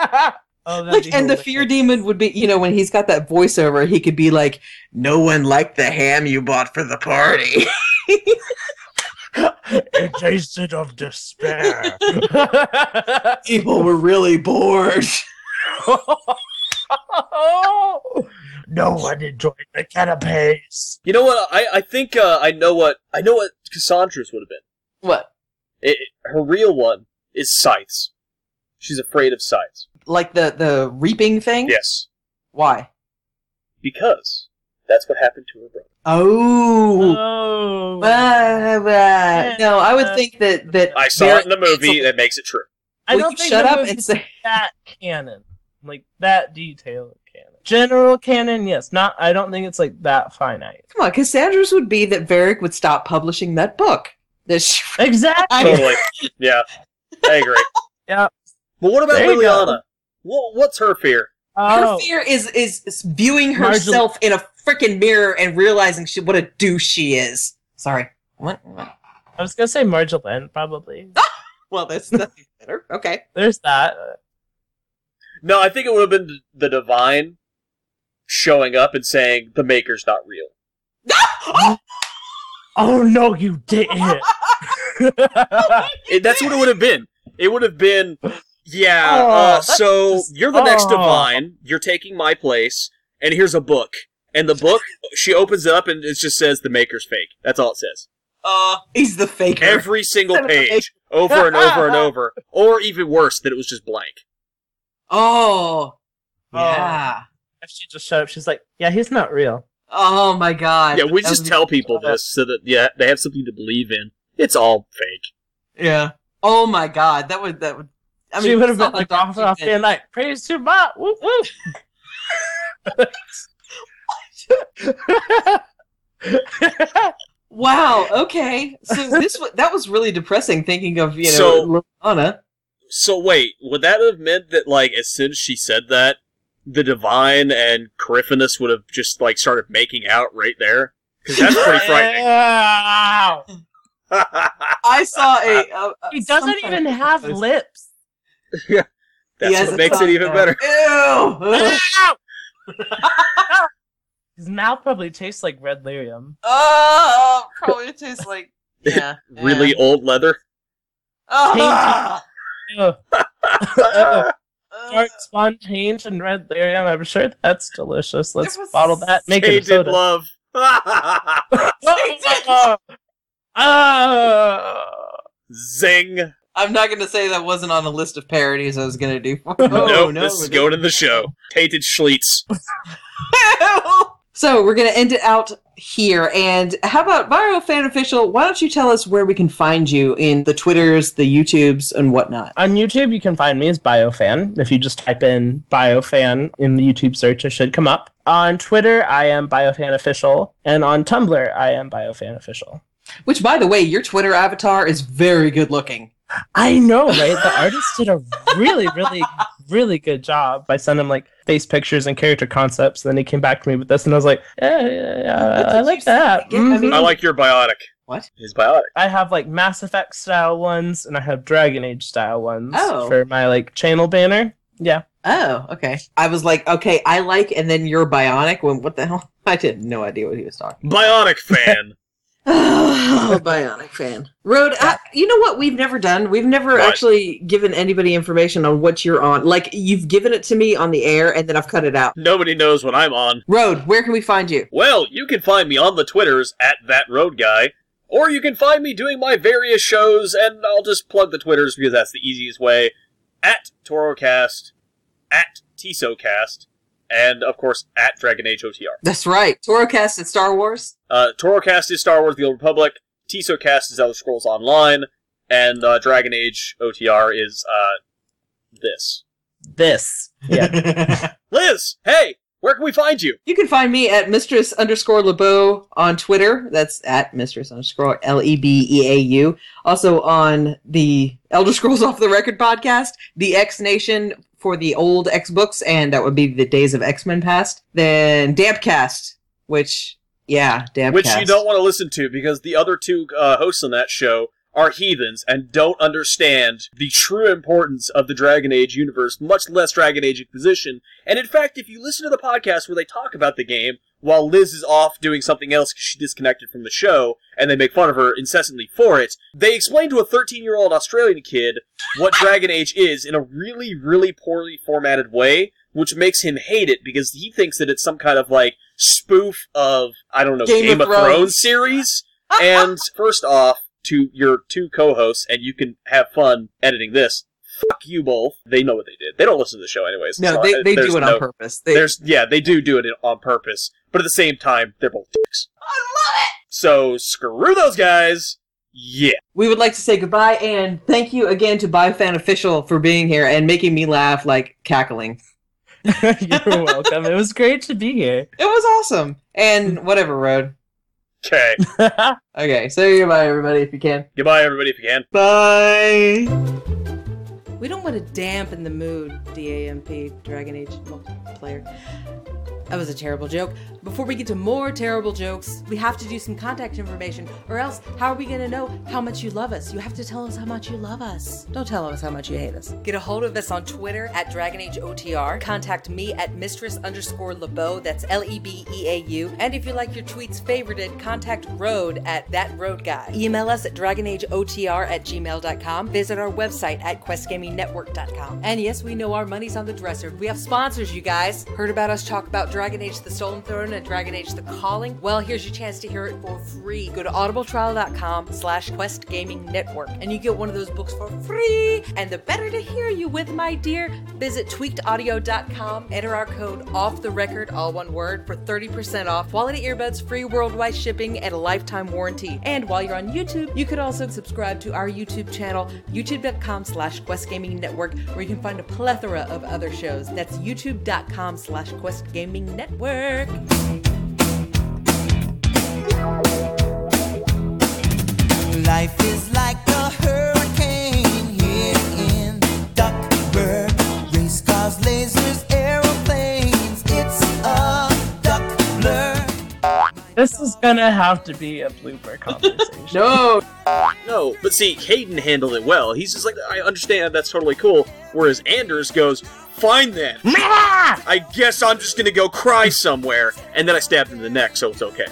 and the hilarious. fear demon would be, you know, when he's got that voiceover, he could be like, "No one liked the ham you bought for the party." <laughs> it tasted of despair. People were really bored. no one enjoyed the canapes. You know what? I, I think uh, I know what I know what Cassandra's would have been. What? It, it- her real one is scythes. She's afraid of scythes. Like the the reaping thing? Yes, Why? because That's what happened to her brother. Oh. Oh. Blah, blah. No, I would think that that I saw it in the movie. That makes it true. I Will don't you think shut the up movie's and say that canon, like that detail of canon. General canon, yes. Not. I don't think it's like that finite. Come on, Cassandra's would be that Varric would stop publishing that book. That she, Exactly. Totally. yeah, I agree. Yeah. But what about There you go. Liliana? What, what's her fear? <laughs> her Oh, fear is, is is viewing Marginal- herself in a freaking mirror and realizing she what a douche she is. Sorry. What? what? I was gonna say Marjolaine, probably. Well, that's <laughs> nothing better. Okay. There's that. No, I think it would have been the divine showing up and saying the maker's not real. Oh no, you <laughs> didn't. It, that's what it would have been. It would have been, yeah. Oh, uh, that's so just- you're the next oh. divine. You're taking my place, and here's a book. And the book, she opens it up, and it just says the maker's fake. That's all it says. Uh, he's the faker. Every single Son of a page, over and over <laughs> and over, or even worse, that it was just blank. oh. Oh. Yeah. If she just showed up, she's like, "Yeah, he's not real." Oh my god. Yeah, we That just Um, was- tell people this so that yeah they have something to believe in. It's all fake. Yeah. Oh my god. That would that would I mean she would have it's not been like that off off stupid. being like, "Praise to Bob." Woo woo. Wow, okay. So this wa- that was really depressing thinking of, you know, So- Liliana. So wait, would that have meant that like as soon as she said that, the divine and Coryphanus would have just like started making out right there? 'Cause that's pretty <laughs> frightening. Wow. that's I saw a. a, <laughs> a He doesn't something- even have lips. Yes, what it's makes it on even there. better. <laughs> Ew. Ow! His mouth probably tastes like red lyrium. oh, probably tastes like yeah. Really yeah. <laughs> old leather. Oh. Ah, Ugh. Uh, ah. Dark spawn change and red lyrium. I'm sure that's delicious. Let's There was- bottle that. Make <laughs> it a Tainted soda. love. Oh, oh. Zing. I'm not gonna say that wasn't on a list of parodies I was gonna do. For nope, this is going in the show. Tainted Schleets. <laughs> so we're gonna end it out here. And how about Viral Fan Official? Why don't you tell us where we can find you in the Twitters, the YouTubes, and whatnot? On YouTube, you can find me as Biofan. If you just type in Biofan in the YouTube search, it should come up. On Twitter, I am Biofan Official. And on Tumblr, I am Biofan Official. Which, by the way, your Twitter avatar is very good looking. I know, right? The artist did a really, really, really good job. I sent him like face pictures and character concepts, and then he came back to me with this, and I was like, yeah, yeah, yeah, What I did like you that. say? I mean- Mhm. <laughs> I like your biotic. What? His biotic. I have like Mass Effect style ones, and I have Dragon Age style ones Oh. for my like channel banner. Yeah, Oh, okay. I was like, okay, I like, and then you're bionic. When what the hell? <laughs> I had no idea what he was talking. Bionic fan. Oh, bionic fan. Road. I, you know what? We've never done. We've never What? actually given anybody information on what you're on. Like you've given it to me on the air, and then I've cut it out. Nobody knows what I'm on. Road. Where can we find you? Well, you can find me on the Twitters at that road guy, or you can find me doing my various shows, and I'll just plug the Twitters because that's the easiest way. At Torocast, at Tisocast, and of course at Dragon Age OTR. That's right. Torocast at Star Wars. Uh, Torocast is Star Wars: The Old Republic. Tisocast is Elder Scrolls Online, and uh, Dragon Age OTR is uh, this. this. <laughs> Yeah, Liz, hey, where can we find you? You can find me at mistress underscore LeBeau on Twitter. That's at mistress underscore L E B E A U. Also on the Elder Scrolls <laughs> Off the Record podcast, the X Nation for the old X books, and that would be the days of X Men past. Then Dampcast, which, yeah, Dampcast. which you don't want to listen to because the other two uh, hosts on that show are heathens and don't understand the true importance of the Dragon Age universe, much less Dragon Age Inquisition. And in fact, if you listen to the podcast where they talk about the game while Liz is off doing something else because she disconnected from the show, and they make fun of her incessantly for it, they explain to a 13 year old Australian kid what Dragon Age is in a really, really poorly formatted way, which makes him hate it because he thinks that it's some kind of like spoof of I don't know Game Game, of of, Thrones. Thrones. series. and first off, to your two co-hosts, and you can have fun editing this. Fuck you both. They know what they did. They don't listen to the show anyways. No, so they, they there's do it no- on purpose. They, There's yeah, they do do it on purpose. But at the same time, they're both dicks. I love it! So screw those guys. Yeah. We would like to say goodbye and thank you again to BioFan Official for being here and making me laugh like cackling. <laughs> You're welcome. It was great to be here. <laughs> It was awesome. And whatever, Road. Okay. <laughs> Okay, say goodbye, everybody, if you can. Goodbye, everybody, if you can. Bye. We don't want to dampen the mood, DAMP, Dragon Age multiplayer. That was a terrible joke. Before we get to more terrible jokes, we have to do some contact information, or else, how are we going to know how much you love us? You have to tell us how much you love us. Don't tell us how much you hate us. Get a hold of us on Twitter at Dragon Age OTR. Contact me at mistress underscore LeBeau, that's L E B E A U. And if you like your tweets favorited, contact Road at That Road Guy. Email us at DragonAgeOTR at gmail.com. Visit our website at QuestGamingNetwork.com. And yes, we know our money's on the dresser. We have sponsors, you guys. Heard about us talk about Dragon Age The Stolen Throne and Dragon Age The Calling? Well, here's your chance to hear it for free. Go to audibletrial.com slash Quest Gaming Network and you get one of those books for free. And the better to hear you with, my dear, visit tweakedaudio.com, enter our code off the record, all one word, for 30% off quality earbuds, free worldwide shipping, and a lifetime warranty. And while you're on YouTube, you could also subscribe to our YouTube channel, youtube.com slash Quest Gaming Network, where you can find a plethora of other shows. That's youtube.com slash Quest Gaming Network. Life is like a hurricane here in Duckburg. Race cars, lasers, aeroplanes. It's a duck blur. This is gonna have to be a blooper conversation. No. No, but see, Hayden handled it well. He's just like, I understand, that's totally cool. Whereas Anders goes, Fine <laughs> then. I guess I'm just gonna go cry somewhere. And then I stabbed him in the neck, so it's okay.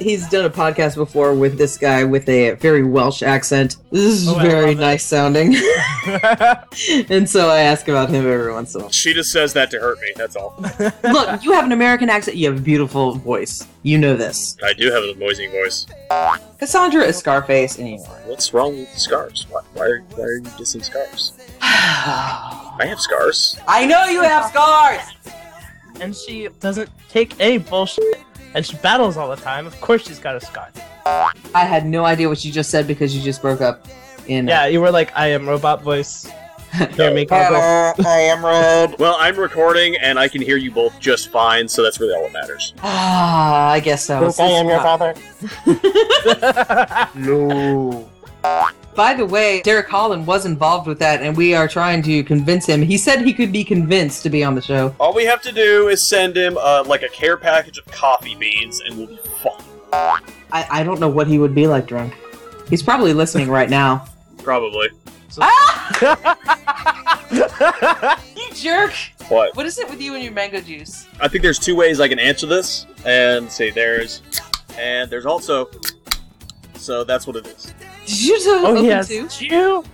He's done a podcast before with this guy with a very Welsh accent. This is Oh, I very love it. nice sounding. <laughs> and so I ask about him every once in a while. She just says that to hurt me, that's <laughs> all. Look, you have an American accent. You have a beautiful voice. You know this. I do have a noisy voice. Cassandra is <sighs> Scarface anyway. What's wrong with scarves? Why, why, are, why are you dissing scarves? I I have scars. know you have scars. <laughs> and she doesn't take any bullshit. And she battles all the time. Of course, she's got a scar. I had no idea what you just said because you just broke up. In uh, Yeah, you were like, I am robot <laughs> voice. Hear me, Coco. Hello, I am red. Well, I'm recording and I can hear you both just fine, so that's really all that matters. Ah, I guess so. I am your father. No. By the way, Derek Holland was involved with that, and we are trying to convince him. He said he could be convinced to be on the show. All we have to do is send him uh, like a care package of coffee beans and we'll be fine. I, I don't know what he would be like drunk. He's probably listening right now. Probably. <laughs> Oh, You jerk! What? What is it with you and your mango juice? I think there's two ways I can answer this. And see, there's. And there's also. So that's what it is. Did you just oh open yes, two? you.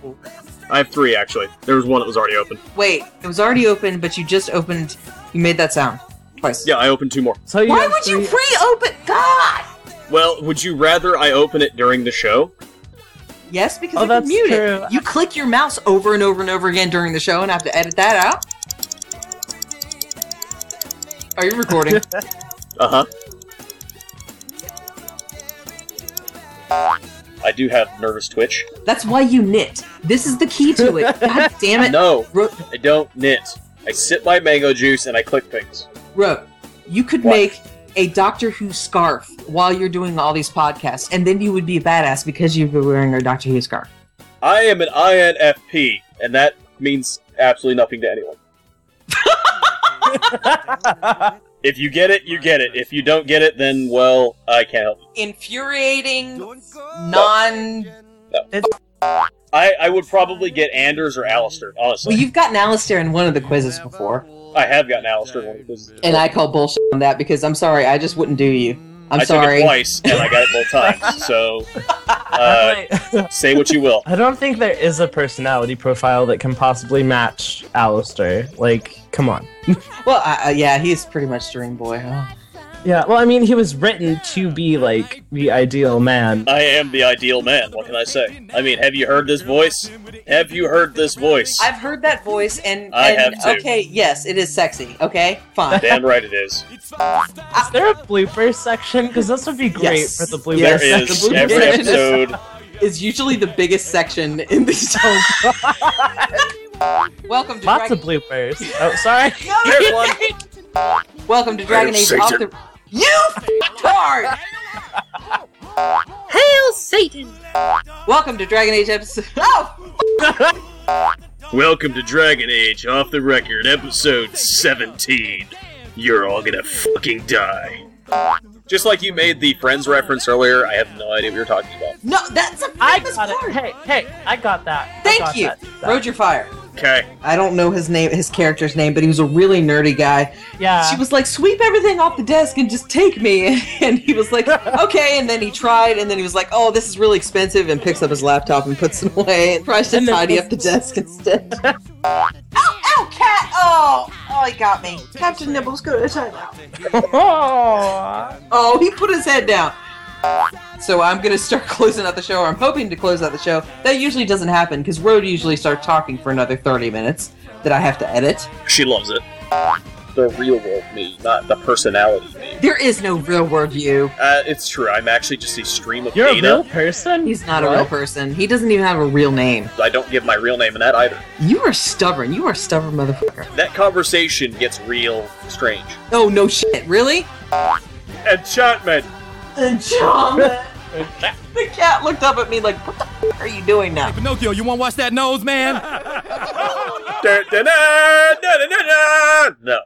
I have three actually. There was one that was already open. Wait, it was already open, but you just opened. You made that sound twice. Yeah, I opened two more. So you Why have would you three- pre-open? God. Well, would you rather I open it during the show? Yes, because Oh, I can that's mute true. it. You click your mouse over and over and over again during the show, and I have to edit that out. Are you <laughs> recording? <laughs> Uh huh. I do have nervous twitch. That's why you knit. This is the key <laughs> to it. God damn it, No, Ro- I don't knit. I sip my mango juice and I click things. Ro, You could What? make a Doctor Who scarf while you're doing all these podcasts, and then you would be a badass because you'd be wearing a Doctor Who scarf. I am an INFP, and that means absolutely nothing to anyone. If you get it, you get it. If you don't get it, then, well, I can't help you. Infuriating, non. I, I would probably get Anders or Alistair, Well, honestly. you've gotten Alistair in one of the quizzes before, I have gotten Alistair one of those. and I call bullshit on that because I'm sorry, I just wouldn't do you. I'm I sorry. took it twice, and I got it both <laughs> times. So, uh, Wait, say what you will. I don't think there is a personality profile that can possibly match Alistair. Like, come on. Well, I, I, yeah, he's pretty much Dream Boy, huh? Yeah, well, I mean, he was written to be like the ideal man. I am the ideal man. What can I say? I mean, have you heard this voice? Have you heard this voice? I've heard that voice, and, I and- have too. okay, yes, it is sexy. Okay, fine. Damn right it is. Is there a blooper section? Because this would be great Uh, Yes. for the blooper There section. is the blue every bird. episode. <laughs> It's usually the biggest section in these shows. <laughs> Welcome to Lots Dragon. of bloopers. Oh, sorry. There's one. Welcome to Dragon Age Satan. off the. You tart! Hail Satan! Welcome to Dragon Age episode. Oh, Welcome to Dragon Age Off the Record, episode 17. You're all gonna fucking die. Just like you made the Friends reference earlier, I have no idea what you're talking about. no, that's a I famous got it. part. Hey, hey, I got that. I Thank got you. that. That- Road your fire. Okay. I don't know his name, his character's name, but he was a really nerdy guy. Yeah. She was like, "Sweep everything off the desk and just take me." <laughs> And he <laughs> was like, "Okay." And then he tried, and then he was like, "Oh, this is really expensive," and picks up his laptop and puts it away and tries to And then- tidy up the <laughs> desk instead. ow, ow, cat! Oh, oh, he got me. Captain Nibbles, go to time now. Aw. Oh, he put his head down. So I'm gonna start <laughs> closing out the show, or I'm hoping to close out the show. That usually doesn't happen because Road usually starts talking for another 30 minutes that I have to edit. She loves it. The real world me, not the personality me. There is no real world you. Uh, it's true, I'm actually just a stream of You're a data. real person? He's not a What? real person. He doesn't even have a real name. I don't give my real name in that either. You are stubborn. You are a stubborn motherfucker. That conversation gets real strange. Oh no shit, really? Enchantment! And John, <laughs> the cat looked up at me like, "What the f- are you doing now?" Pinocchio, you wanna watch that nose, man? Da-da-da, da-da-da-da. No.